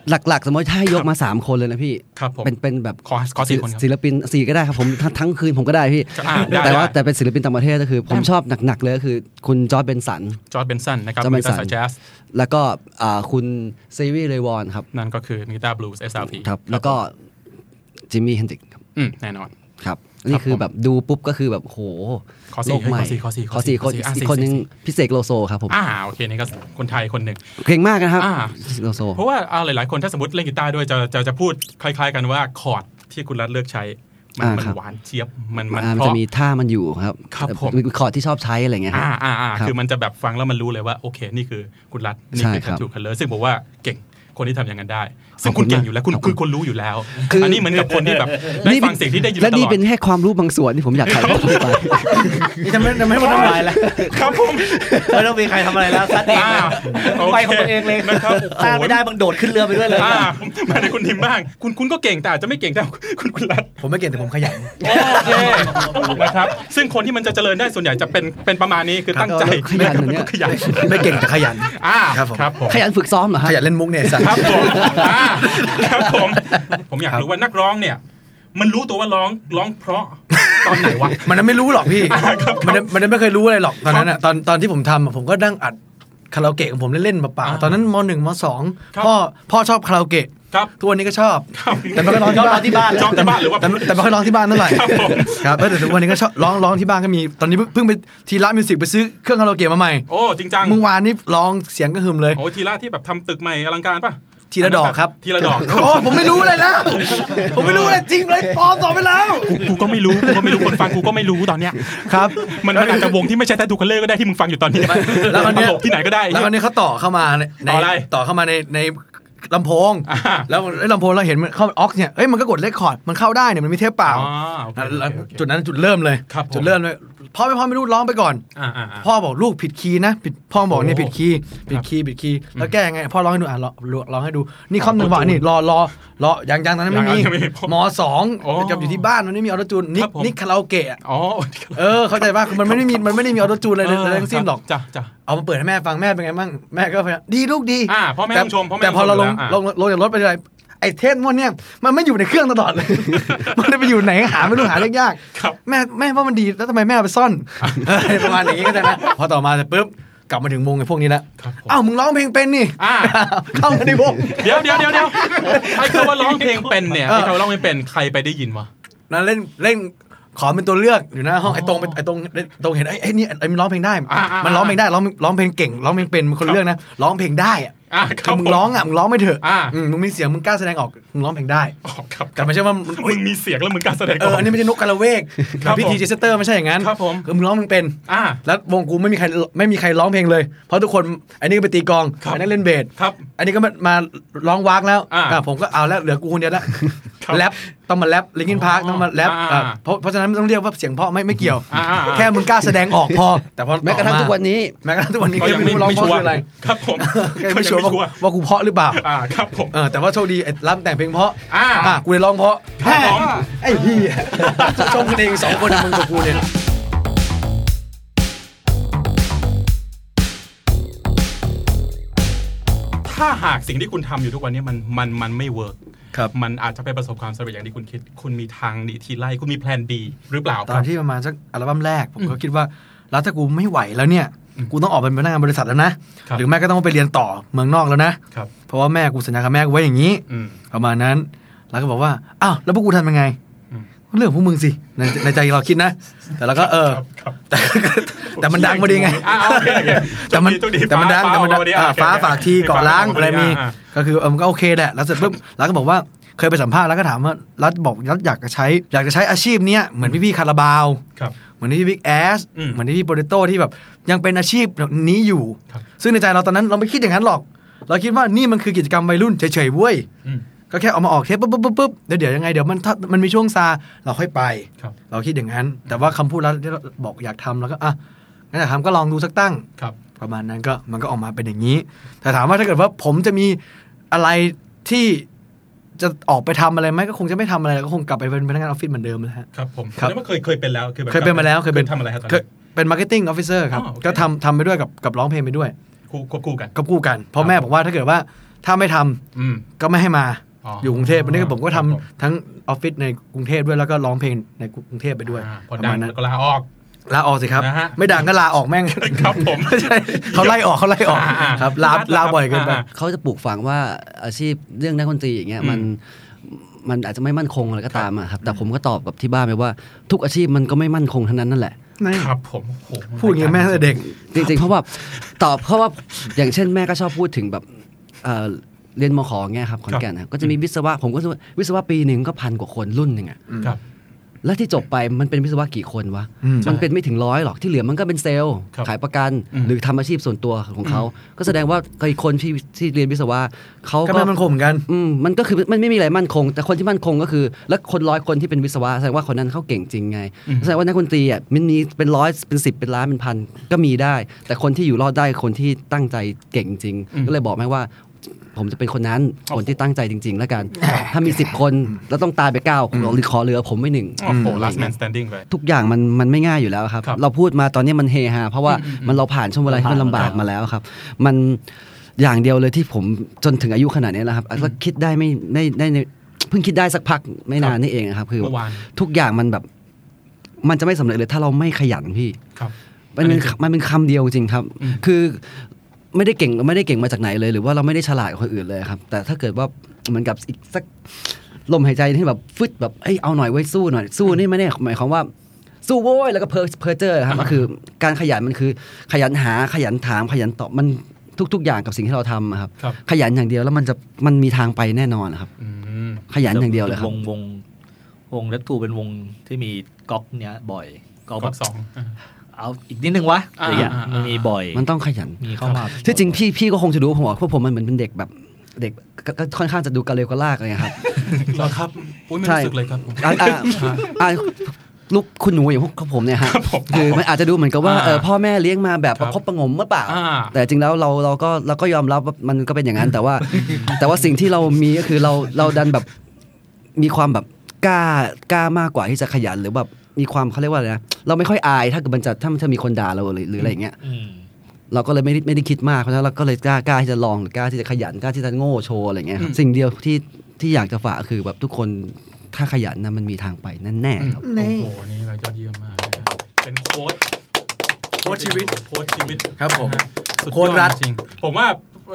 หลักๆ สมมติถ้าให้ยกมา 3 คนเลยนะพี่
ครับผม
เป็นเป็นแบบ
ขอขอสี่คนครับ
ศิลปินสี่ก็ได้ครับผมทั้งทั้งคืนผมก็ได้พี่
อ่าได้
แต่ว่า
ได้
แต่เป็นศิลปินต่างประเทศก็คือ ผมชอบหนักๆ เลยก็คือคุณจอร์ดเบนสัน
จอร์ดเบนสันนะครับ
จอร์ด
มือน กี
เบสั
ตาน ร์สายแจ๊ส
แล้วก็อ่าคุณเซวีเลวอนครับ
นั่นก็คือกีตาร์บลูส์ SRP
ครับ แล้วก็จิมมี่เฮนดริกครับ
อืมแน่นอน
ครับนี่คือแบบดูปุ๊บก็คือแบบโห
ขอสี่
โลกใหม่
เฮ้ยขอสี่ข
ข
อ
อ
สี่
สี่
ข
ค
อสี่
น
อ่ะสี่
อีกคนนึง
สี่
พิเศษโลโซครับผม
อ่าโอเคนี่ก็คนไทยคนหนึ่ง
เก่งมากนะครับ
อ่า
โลโซ
เพราะว่าอ่าหลาย ๆ คนถ้าสมมติเล่นกีตาร์ด้วยจะจะจะพูดคล้าย ๆ กันว่าคอร์ดที่คุณรัฐเลือกใช้ มัน
อ่า
มัน
ครับ
หวานเจี๊ยบมันมัน
อ่ามัน
เพ
จะ
ราะ
มีท่ามันอยู่ครับ
ครับผม
มีคอร์ดที่ชอบใช้อะไรเงี้ยค
อ่า
รับ
อ่าอ่า
ครับ
คือมันจะแบบฟังแล้วมันรู้เลยว่าโอเค นี่คือคุณรัฐนี่คือ
ใช่ค
คั
รั
น
บ
ถูกคันเลซึ่งผมว่าเก่งคนที่ทำอย่างนั้นได้ ซึ่ง
ขอบ
คุ
คุ
ณ
ณ
เก่งอยู่แล้วคุณ
มาก
คือคนรู้อยู่แล้ว
คืออั
อันนี้เหมือนกับคนที่แบบได้ฟังเสียงที่ได้ยินมา
และ
ตล
นี่
อด
เป็นแค่ความรู้บางส่วนที่ผมอยากถ่ายทอดไป
นี่ทำไมทำไมให้มันทำลายแล้ว
ครับผม
ไม่ต้องมีใครทำอะไรแล้วซัดเอง
อ่าโ
ไปของตัวเองเลย
นะครับโอ้โห
ต้านไม่ได้บางโดดขึ้นเรือไปด้วยเลย
อ่ามาในคุณทิมบ้าง คุณคุณก็เก่งแต่อาจจะไม่เก่งแต่ คุณคุณรัฐ
ผมไม่เก่งแต่ผมขยัน
โอเคนะครับ ซึ่งคนที่มันจะเจริญได้ส่วนใหญ่จะเป็นเป็นประมาณนี้คือตั้งใจ
ขยันเหรอเนี่ย
ขยัน
ไม่เก่งแต่ขยัน
อ่า
ครับผม
ครับผม
ขยันฝึกซ้อมเหรอฮะ
ขยันเล่นมุกเนี่ยไอ้สัตว์
ครับผมอ่าครับผม ผมอยากรู้ว่านักร้องเนี่ย มันรู้ตัวว่าร้องร้องเพราะตอนไหนวะ
มันนั้นไม่รู้หรอกพี่
อ่าครับ
มันนั้นมันนั้นไม่เคยรู้อะไรหรอกตอนนั้นอ่ะตอนตอนที่ผมทำอะผมก็นั่งอัดคาราโอเกะของผมเล่นๆเปล่า
อ่า
ๆตอนนั้นมหนึ่งมสอง
ครับ
พ่อพ่อชอบคาราโอเกะ
ครับ
ทุกวันนี้ก็ชอบ
ครับ
แต่ไม่ค่อยร้องที่บ้าน
ชอบแต่บ้านหรือว่า
แต่แต่ไม่ค่อยร้องที่บ้านเท่าไหร่
ครับผม
ครับแต่ทุกวันนี้ก็ชอบร้องร้องที่บ้านก็มี ตอนนี้เพิ่งเพิ่งไปทีละมิวสิกไปซื้อเครื่องคาราโอเกะมาใหม่
โอ้จริงจัง
เมื่อวานนี้ร้องเสียงก็หึมเลย
โอ้ทีละที่แบบทำตึกใหม่อลังการป่ะ
ทีละดอกครับ
ทีละดอก
โอ้ผมไม่รู้เลยนะผมไม่รู้เลยจริงเลยปลอมตอบไปแล้ว
กูก็ไม่รู้กูก็ไม่รู้คนฟังกูก็ไม่รู้ตอนเนี้ย
ครับ
มันมันอาจจะวงที่ไม่ใช่แต่ดูคัลเลอร์ก็ได้ที่มึงฟังอยู่ตอนนี้
แล้ววั
ต
นเนี้ย
ลกที่ไหนก็ได้
แล้ววันนี้เขาต่อเข้ามาในใน
ต่ออะไร
ต่อเข้ามาในในลำโพง
อ่า
แล้วไอ้ลำโพงเราเห็นมันเข้าออกเนี่ยเอ้ยมันก็กดเลคคอร์ดมันเข้าได้เนี่ยมันไม่เทปเปล่า
อ๋อโอเค
แล้ว
โอเค
จุดนั้นจุดเริ่มเลย
ครับผม
จุดเริ่มเลยพ่อไม่พ่อไม่รู้ร้องไปก่อน
อ่าอ่าอ่า
พ่อบอกลูกผิดคีย์นะผิดพ่อบอกเนี่ยผิดคีย์ผิดคีย์ผิดคีย์แล้วแก้ไงพ่อร้องให้ดูอ่ะร้องร้องให้ดูนี่คอมหนึ่งว่านี่รอรอรอยังยังตอนนั้นไม่มี
ยังไม่มี
มสอง
อ๋อ
กับอยู่ที่บ้านมันไม่มีออโตจูนนี่
ครับผม
นี่คาราโอเกะอะ
อ๋อ
เออเข้าใจป่ะคือมันไม่ได้มีมันไม่ได้มีออโตจูนอะไรเลยทั้งสิ้นหรอก
จ้ะจ้ะ
เอามาเปิดให้แม่ฟังแม่เป็นไงบ้างแม่ก็พยายามดีลูกดี
อ่าพ่อแม่ต้องชมพ่อแม่
แต่พอ
ต้
เรา
องชม
ลง
อยู่แล้วอ่า
ลงลงจากรถไปเลยไอ้เทปมันเนี่ยมันไม่อยู่ในเครื่องตลอด เลย มันเลยไปอยู่ไหนหาไม่รู้หาเรื่องยาก
ครับ
แม่แม่ว่ามันดีแล้วทำไมแม่เอาไปซ่อนเออประมาณอย่างนี้ก็ได้นะพอต่อมาเสร็จปุ๊บกลับมาถึงวงไอ้พวกนี้แล้ว
ครับผม
อ้าวมึงร้องเพลงเป็นนี่
อ่า
เข้ามาในวง
เดี๋ยวเดี๋ยวเดี๋ยวเดี๋ยวไอ้คำว่าร้องเพลงเป็นเนี่ยไอ้คำว่าร้องเพลงเป็นใครไปได้ยินวะ
นั่นเล่นเล่นขอเป็นตัวเลือกอยู่หน้าห้องไอ้ตรงไปไอ้ตรงไอ้ตรงเห็นไอ้ไอ้นี่ไอ้มันร้องเพลงได้
อ่าอ่ามั
มันร้องเพลงได้ร้องร้องเพลงเก่งร้องเพลงเป็นมันคนเลือกนะร้องเพลงได้อะ
อ่าครั
คื
บ
อ
ผม
มึงร้องอ่ะมึงร้องไม่เถอะ
อ่า
อืมมึงมีเสียงมึงกล้าแสดงออกมึงร้องเพลงได้
อ๋อครับ
แต่ไม่ใช่ว่ามึง
มึงมีเสียงแล้วมึงการแสดง
เอออันนี้ไม่ใช่นกกาละเวก
ครับผม
พิธีเจสเตอร์ไม่ใช่อย่างนั้น
ครับผม
คือมึงร้องมึงเป็น
อ่า
แล้ววงกูไม่มีใครไม่มีใครร้องเพลงเลย เพราะทุกคนอันนี้ก็ไปตีกลอง
ครับ
อันนั้นเล่นเบส
ครับ
อันนี้ก็มามาร้องวากแล้ว
อ่า
ะผมก็เอาแล้วเหลือกูคนเดียวละ
ครับ
แรปต้องมาแรปลิงกินพาร์คต้องมาแรป
อ่า
เอ่อเพราะเพราะฉะนั้นไม่ต้องเรียกว่าเสียงเพราะไหม่ไม่เกี่ยว
อ่าอ่าอ่า
แค่มึงกล้าแสดงออกพอ แต่พอ
แม้กระทั่ง
ต่อ
ทุกวันนี้
แม้กระทั่งทุกวันนี้
ก็
ก็
ยัง
ไม่
ไม่
รู้ร้อง
ไม่
เพ
ชัวร์
ราะคืออะไร
ครับผม
ก็ยังไม่ชัวร์ว่าว่ากูเพราะหรือเปล่า
อ่าครับผม
เออแต่ว่าโชคดีไอ้รับแต่งเพลงเพราะ
อ่า
ะกูเลยร้องเพราะ
ครับผม
ไอ้เหี้ยชมกันเองสองคนนะมึงกับกูเนี่ย
ถ้าหากสิ่งที่คุณทำอยู่ทุกวันเนี้มันมันมันไม่เวิร์ก
ครับ
มันอาจจะไปประสบความสำเร็จอย่างที่คุณคิด คุณมีทางหนีทีไล่คุณมีแพลน B หรือเปล่า
ต
ค
อ
รั
น
บ
ที่ประมาณสักอัลบั้มแรก ผมก็คิดว่า แล้วถ้ากูไม่ไหวแล้วเนี่ย กูต้องออกเป็นพนักงานบริษัทแล้วนะ
ครับ
หรือแม่ก็ต้องไปเรียนต่อเมืองนอกแล้วนะ
ครับ
เพราะว่าแม่กูสัญญากับแม่กูไว้อย่างนี้
อืม
ประมาณนั้น แล้วก็บอกว่า อ้าว แล้วพวกกูทำยังไง
อืม
เรื่องของพวกมึงสิ ในในใจเราคิดนะ แต่เราก็เออ
ครับครับ
แต่ แต่มันดังมาดีไง
อ่าโอเคโอเค
แต่มัน
โชคโชค
แต่มันดัง
ฟ้า
แต่มันดัง
ฟ้
อ่า
โอเค
ฟ้าฝากทีก่อล้าง
ฟ้
อะไรมี
อ่า
ก็คือเออมันก็โอเคแหละแล้วเสร็จปุ๊บแล้วก็บอกว่าเคยไปสัมภาษณ์แล้วก็ถามว่ารัฐบอกรัฐอยากจะใช้ อยากจะใช้อาชีพเนี้ยเหมือนพี่พี่ๆคาราบาว
ครับ
เหมือนพี่บิ๊กแอส
อืม
เหมือนพี่โปเตโต้ที่แบบยังเป็นอาชีพแบบนี้อยู่
ครับ
ซึ่งในใจเราตอนนั้นเราไม่คิดอย่างนั้นหรอก เราคิดว่านี่มันคือกิจกรรมวัยรุ่นเฉยๆเว้ย
อืม
ก็แค่เอามาออกเทปปุ๊บปุ๊บปุ๊บปุ๊บเดี๋ยวเดี๋ยวยังไงเดี๋ยวมันถ้ามันมีช่วงซาเราค่อยไป
ครับ
เราคิดอย่างนั้น แต่ว่าคำพูดแล้วที่เราบอกอยากทำแล้วก็อ่ะงั้นอยากทำก็ลองดูสักตั้ง
ครับ
ประมาณนั้นก็มันก็ออกมาเป็นอย่างนี้ แต่ถามว่าถ้าเกิดว่าผมจะมีอะไรที่จะออกไปทำอะไรไหมก็คงจะไม่ทำอะไรแล้วก็คงกลับไปเป็นพนักงานออฟฟิศเหมือนเดิมนะฮะ
ครับผม
ครับ
แล้วมันเคยเคยเป็นแล้วคือแบบ
เคยเป็นมาแล้วเคยเป็น
ทำอะไรครับตอน
เคย
นี้
เป็นมาร์เก็ตติ้งออฟฟิเซอร์ครับ
อ๋อโอเค
ก็ทำทำไปด้วยกับกับร้องเพลงไปด้วย
คู่ควบคู่กัน
ก็คู่กันเพราะแม่บอกว่าถ้าเกิดว่าถ้าไม่ทำ
อืม
ก็ไม่ให้มา
อ๋อ
อยู่กรุงเทพวันนี้ก็ผมก็
ครั
ทำ
บผม
ทั้งออฟฟิศในกรุงเทพด้วยแล้วก็ร้องเพลงในกรุงเทพไปด้วย
อ่าพอ
ประ
ดั
มาง ณนั้น
แล้วก็ลาออก
ลาออกสิครับ
นะฮะ
ไม่ดังก็ลาออกแม่ง
ครับผม
ไใช่เขาไล่ออกเขาไล่ออกครับลาลาบ่อยเกินไป
เขาจะปลูกฝังว่าอาชีพเรื่องนักดนตรีอย่างเงี้ยมันมันอาจจะไม่มั่นคงอะไรก็ตามอะครับแต่ผมก็ตอบกับที่บ้านไปว่า ทุกอาชีพมันก็ไม่มั่นคงทั้งนั้นนั่นแหละ
ครับผมโอ้โห
พูดอย่างนี้แม่ตั้งแต่เด็ก
จริงๆ เพราะว่าตอบเพราะว่าอย่างเช่นแม่ก็ชอบพูดถึงแบบเอ่อเรียนมขอเงี้ยครับขอนแก่นนะก็จะมีวิศวะผมก็รู้สึกว่าวิศวะปีหนึ่งก็พันกว่าคนรุ่นหนึ่งอะ
ครับ
แล้วที่จบไปมันเป็นวิศวะกี่คนวะมันเป็นไม่ถึงร้อยหรอกที่เหลือมันก็เป็นเซลล์
ครับ
ขายประกันหรือทำอาชีพส่วนตัวของเขา ก็แสดงว่าก็อีกคนที่ที่เรียนวิศวะเขา
ก็
ก็
ไม่มันคงเหมือนกัน
อืมมันก็คือมันไม่มีอะไรมั่นคง แต่คนที่มั่นคงก็คือ แล้วคนร้อยคนที่เป็นวิศวะแสดงว่าคนนั้นเขาเก่งจริงไง
อืม
แสดงว่านักดนตรีอ่ะมันมีเป็นร้อยเป็นสิบเป็นล้านเป็นพันก็มีได้ แต่คนที่อยู่รอดได้คนที่ตั้งใจเก่งจริง ก็เลยบอกแม่ว่า ผมจะเป็นคนนั้นคนที่ตั้งใจจริง ๆ แล้วกัน ถ้ามีสิบคนแล้วต้องตายไปเก้าหรือขอเหลือผมไม่หนึ่ง
โอ้โห last man standing ไป
ทุกอย่างมันมันไม่ง่ายอยู่แล้วครับ
ครับ
เราพูดมาตอนนี้มันเฮฮาเพราะว่ามันเราผ่านช่วงเวลาที่มันลำบากมาแล้วครับ มันอย่างเดียวเลยที่ผมจนถึงอายุขนาดนี้แล้วครับแล้วคิดได้ไม่ได้ได้ในเพิ่งคิดได้สักพักไม่นานนี่เองนะครับ คือ
เมื่อวาน
ทุกอย่างมันแบบ มันจะไม่สำเร็จเลยถ้าเราไม่ขยันพี่
ครับ
มันเป็นมันเป็นคำเดียวจริงครับ
อืม
คือไม่ได้เก่งไม่ได้เก่งมาจากไหนเลย หรือว่าเราไม่ได้ฉลาดกว่าคนอื่นเลยครับ แต่ถ้าเกิดว่าเหมือนกับอีกสักลมหายใจที่แบบฟึดแบบเอ้ยเอาหน่อยไว้ยสู้หน่อย สู้นี่ไม่ได้หมายความว่าสู้โว้ยแล้วก็เพอเพอเจอร์ครับก็คือการขยันมันคือขยันหาขยันถามขยันตอบมันทุก ๆ อย่างกับสิ่งที่เราทำอะครับ
ครับ
ขยันอย่างเดียวแล้วมันจะมันมีทางไปแน่นอนนะครับ
อืม
ขยันอย่างเดียวเลยครับ
วงวงวงเล็บทูเป็นวงที่มีก๊อกเนี้ยบ่อยก๊อก
ก
แบ
อบ กสองอ่ะ
เอาอีกนิดนึงวะอะไรอย่างเงี้ย
อ่าอ่าอ่ามั
มันมีบ่อย
มันต้องขยัน
มีเข้ามา
ที่จริงพี่พี่ก็คงจะรู้ผมว่าพวกผมมันเหมือนเป็นเด็กแบบเด็กก็ก็ค่อนข้างจะดูกาเลวกาลากอะไรอย่างเงี้ยครับ
เหรอครับอุ้ยไม่
ใช่
รู้สึกเลยครับ
อ่ะ อ่ะอ่ะลูกคุณหนูอย่างพวกผมเนี่ยฮะ
ครับผม
คือมันอาจจะดูเหมือนกับว่า
อ่า
เออพ่อแม่เลี้ยงมาแบบ
ค
ป
รับ
ระคบประหงมเมื่อเปล่า
อ่า
แต่จริงแล้วเราเราก็เราก็ยอมรับว่ามันก็เป็นอย่างนั้นแต่ว่า แต่ว่าสิ่งที่เรามีก็คือเราเราดันแบบมีความแบบกล้ากล้ามากกว่าที่จะขยันหรือแบบมีความเขาเรียกว่าอะไรนะเราไม่ค่อยอายถ้าเกิดมันจะถ้ามันจะมีคนด่าเราหรือหรืออะไรอย่างเงี้ย
อืม
เราก็เลยไม่ได้ไม่ได้คิดมากเพราะฉะนั้นเราก็เลยกล้ากล้าที่จะลองหรือกล้าที่จะขยันกล้าที่จะโง่โชว์อะไรเงี้ยครับ
อืม
สิ่งเดียวที่ที่อยากจะฝากคือแบบทุกคนถ้าขยันนะมันมีทางไปแน่แน่ๆครับ
โอ้โหนี่เรายอดเยี่ยมมากนะครับเป็นโค้ด
โค้ชชีวิต
โค้ดชีวิต
ครับผม
นะฮะสุดยอ
โค้ชรัฐ
จริงๆผมว่า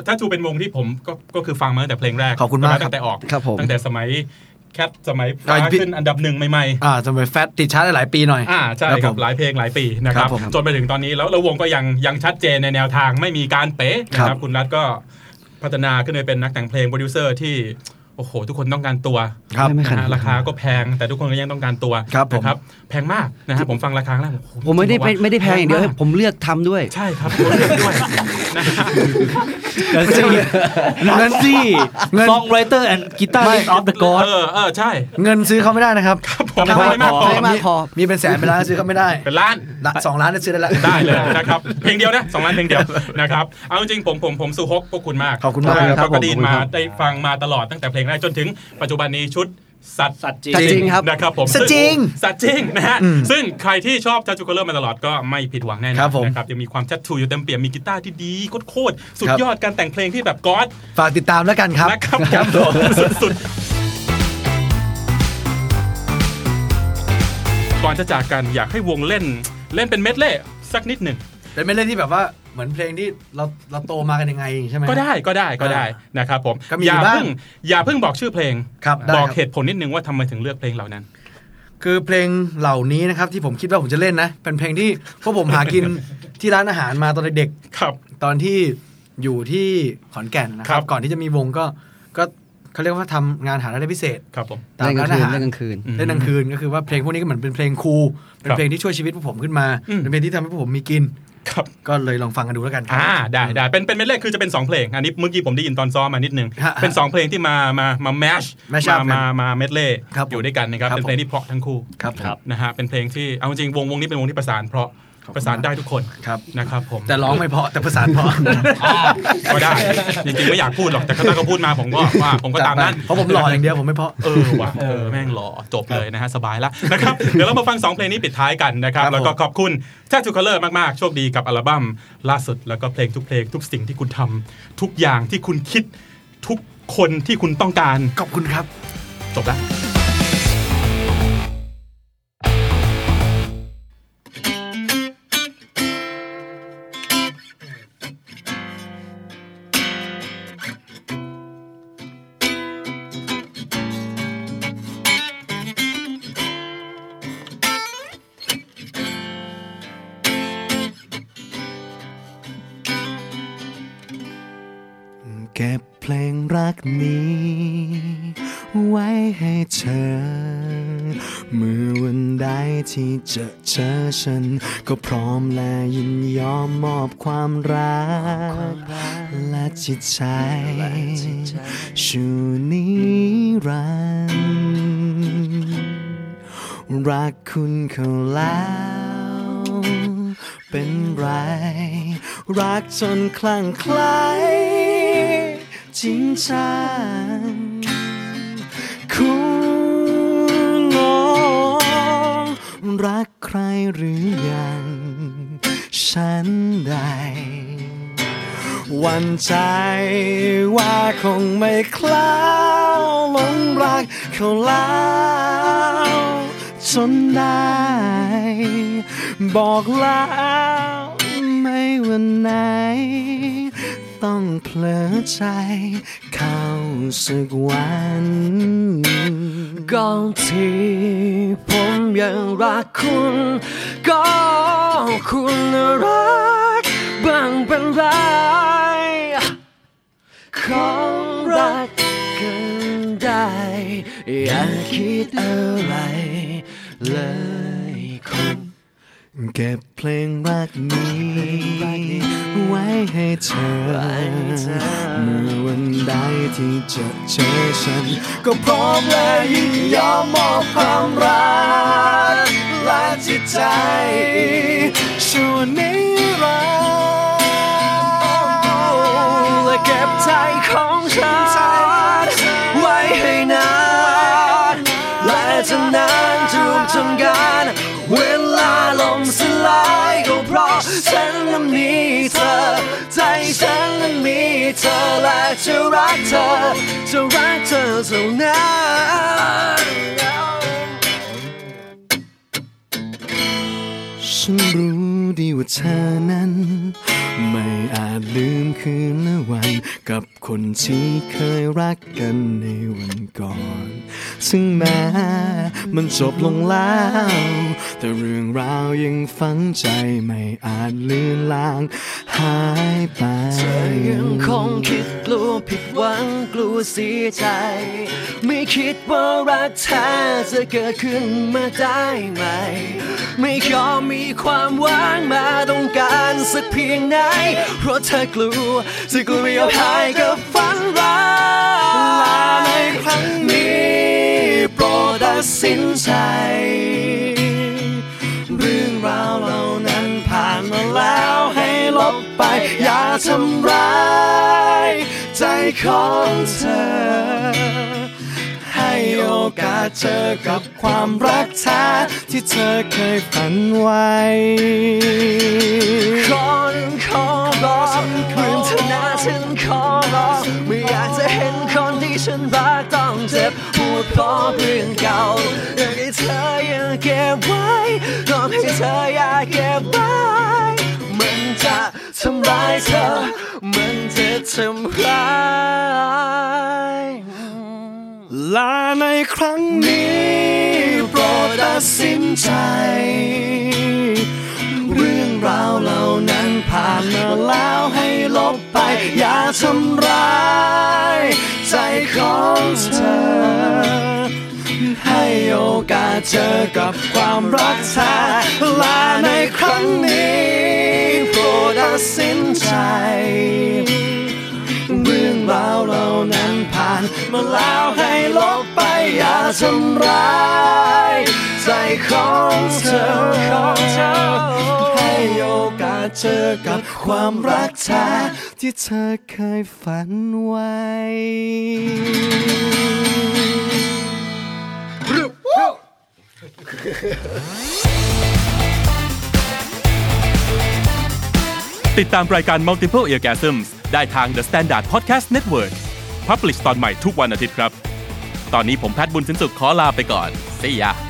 ถ้าจูเป็นวงที่ผมก็ก็คือฟังมาตั้งแต่เพลงแรก
ขอบคุณมากครับ
ตั้งแต่ออก
ครับผม
ตั้งแต่สมัยแคทสมัย
อ่า
ฟ้า
พี่
ขึ้นอันดับหนึ่งใหม่ๆ
อ่าสมัยแฟตติดชาร์จได้หลายปีหน่อย
อ่าใช่
ผ
ครับ
ม
หลายเพลงหลายปีนะครับ
ครับผม
จนไปถึงตอนนี้แล้วแล้ววงก็ยังยังชัดเจนในแนวทางไม่มีการเป๊ะนะค
ครั
รับบ คุณรัฐก็พัฒนาขึ้นไปเป็นนักแต่งเพลงโปรดิวเซอร์ที่ โอ้โห ทุกคนต้องการตัว
ครับ
ไม่ข
นะฮะ
นาดนั้น
ราคาก็แพงแต่ทุกคนก็ยังต้องการตัว
ครับผม
นะแพงมากนะฮะผมฟังราคาแล้วโอ้โห
ผมไม่ได้ไม่ไม่ได้แพงอย่างเดียว
มก
ผมเลือกทำด้วย
ใช่ครับผมเลือกด้วยนะฮะ
เงินสิเงิน
ซองไรเตอร์แอนด์กีตาร์ออฟเดอะกอด
เออเออใช่
เงินซื้อเขาไม่ได้นะครับ
ครับผม
ทำไม
ไม่มากพอ
ทำ
ไม่มากพอ
มีเป็นแสนเป็นล้านซื้อเขาไม่ได้
เป็นล้าน
ละสองล้านเนี่ยซื้อได้ละ
ได้เลยนะครับเพลงเดียวนะสองล้านเพลงเดียวนะครับเอาจริงๆผมผมผมสู้ฮกพวกคุณมาก
ขอบคุณมาก
เพะว่
ครับ
เพะก็ไดี
ผมขอบคุณ
มา
ครับ
ได้ฟังมาตลอดตั้งแต่เพลงแรกจนถึงปัจจุบันนี้ชุดสัตว์
สัตว์จริง
ครับ
นะครับผม
สัตว์จริง
ซึ่สัตว์จริงนะฮะซึ่งใครที่ชอบทัชจูเกอร์เลอร์มาตลอดก็ไม่ผิดหวังแน่นอน
ครับผม
นะครับยังมีความชัดถูอยู่เต็มเปี่ยมมีกีตาร์ที่ดีโคตรๆสุด
ครับ
ยอดการแต่งเพลงที่แบบก๊อด
ฝากติดตามแล้วกันครับ
นะครับครับผมสุดๆก่อนจะจากกันอยากให้วงเล่นเล่นเป็นเมดเล่สักนิดหนึ่ง
เป็นไม่เล่นที่แบบว่าเหมือนเพลงที่เราเราโตมากันยังไงใช่ไหม
ก็ได้ก็ได้ก็ได้นะครับผม
ก็มี
อย่า
บ้าง
เพิ่งอย่าเพิ่งบอกชื่อเพลง
ครับได้
บอก
ครับ
เหตุผลนิดนึงว่าทำไมถึงเลือกเพลงเหล่านั้น
คือเพลงเหล่านี้นะครับที่ผมคิดว่าผมจะเล่นนะ เป็นเพลงที่พวกผมหากิน ที่ร้านอาหารมาตอนเด็ก
ครับ
ๆตอนที่อยู่ที่ขอนแก่นนะค
ครั
รับ
บ
ก่อนที่จะมีวงก็ก็เขาเรียกว่าทำงานหารายได้พิเศษ
ครับผม
ตาม
เล่นกลา
ร้าง นอาน
คื
หาร
เล่นกลางคืน
เล่นกลางคืนก็คือว่าเพลงพวกนี้ก็เหมือนเป็นเพลงครูเป็
ค
น
รับ
เพลงที่ช่วยชีวิตพวกผมขึ้นมา
อืม
เป็นเพลงที่ทำให้พวกผมมีกิน
ครับ
ก็เลยลองฟังกันดูแล้วกันครั
อ่า
บ
ได้ได้เป็นเป็นเมดเล่คือจะเป็นสองเพลงอันนี้เมื่อกี้ผมได้ยินตอนซ้อมมานิดนึง
ฮะฮะ
เป็นสองเพลงที่มามามาแมช
mash
มา
up
มามาเมดเล่
ครับ
อยู่ด้วยกันนะครับ
ครับ
เป็นเพลงที่เพราะทั้งคู่
ครับผม
นะฮะเป็นเพลงที่เอาจริงวงวงนี้เป็นวงที่ประสานเพราะประสานได้ทุกคน
ครับ
นะครับผม
แต่ร้องไม่เพราะแต่ประสานเพราะ
ก็ได้ จริงๆไม่อยากพูดหรอกแต่ข้าก็พูดมาผมก็ว่าผมก็ตามนั้น
เพราะผมหล่ออย่างเดียวผมไม่เพราะ
เออว่ะเออแม่งหล่อจบเลยนะฮะ สบายละนะครับ เดี๋ยวเรามาฟัง 2 เพลงนี้ปิดท้ายกันนะครับ
ครับ
แล้วก็
ผม
ขอบคุณแทชูคัลเลอร์มาก ๆ โชคดีกับอัลบั้มล่าสุด แล้วก็เพลงทุกเพลงทุกสิ่งที่คุณทำทุกอย่างที่คุณคิดทุกคนที่คุณต้องการ
ขอบคุณครับ
จบละ
เก็บเพลงรักนี้ ไว้ให้เธอ เมื่อวันใดที่เจอเจอฉัน ก็พร้อมและยินยอมมอบความรัก และจิตใจชูนิรันดร์ รักคุณเขาแล้ว เป็นไร รักจนคลั่งไคล้จริงจังคุณลงรักใครหรือยัง ฉันใด หวันใจว่าคงไม่คล้าวหลงรักเขาแล้วจนได้ บอกแล้วไม่วันไหน ต้องเผลอใจเข้าสึกวันก่อนที่ผมยังรักคุณ ก็คุณรักบางเป็นไร ของรักกันได้ อย่าคิดอะไรเลยคุณเก็บเพลงรักนี้ ไว้ให้เธอ เมื่อวันใดที่เจะเจอฉัน ก็พร้อมและยินยอมมอบความรักและจิตใจชั่วนิรันดร์และเก็บใจของฉัน ไว้ให้นานและจะนานจูบจนกันเวลาลมสลายก็เพราะฉันนั้นมีเธอ ใจฉันนั้นมีเธอและจะรักเธอ จะรักเธอเท่านั้น ฉันรู้ดีว่าเธอนั้น ไม่อาจลืมคืนและวัน กับคนที่เคยรักกันในวันก่อน ซึ่งแม้มันจบลงแล้ว
แต่เรื่องราวยังฝังใจไม่อาจลืมลาง หายไป
เธอยังคงคิดกลัวผิดหวังกลัวเสียใจ ไม่คิดว่ารักแท้จะเกิดขึ้นมาได้ไหม ไม่ยอมมีความหวังมาต้องการสักเพียงไหน เพราะเธอกลัวจะกลัวยอมหายกับฝันร้ายในครั้งนี้โปรดตัดสินใจ เรื่องราวเหล่านั้นผ่านมาแล้วให้ลบไป อย่าทำร้ายใจของเธอ ให้โอกาสเจอกับความรักแท้ที่เธอเคยฝันไว้ขอขอร้องคืนเธอนะฉันขอร้องไม่อยากจะเห็นคนที่ฉันรักต้องเจ็บปวดเพราะเรื่องเก่าอยากให้เธอยังเก็บไว้ลองให้เธออย่าเก็บไว้ มันจะทำร้ายเธอ มันจะทำร้าย ลาในครั้งนี้โปรดตัดสินใจ เรื่องราวเหล่านั้นผ่านมาแล้วให้ลบไป อย่าทำร้ายใจของเธอ ให้โอกาสเจอกับความรักแท้และในครั้งนี้โปรดตัดสินใจ เรื่องราวเหล่านั้นผ่านมาแล้วให้ลบไปอย่าทำร้ายใจของเธอของเธอ ให้โอกาสเจอกับความรักแท้ที่เธอเคยฝันไว้
ติดตามรายการ Multiple Orgasms ได้ทาง The Standard Podcast Network Publish ตอนใหม่ทุกวันอาทิตย์ครับ ตอนนี้ผมแพทย์บุญสินสุขขอลาไปก่อน See ya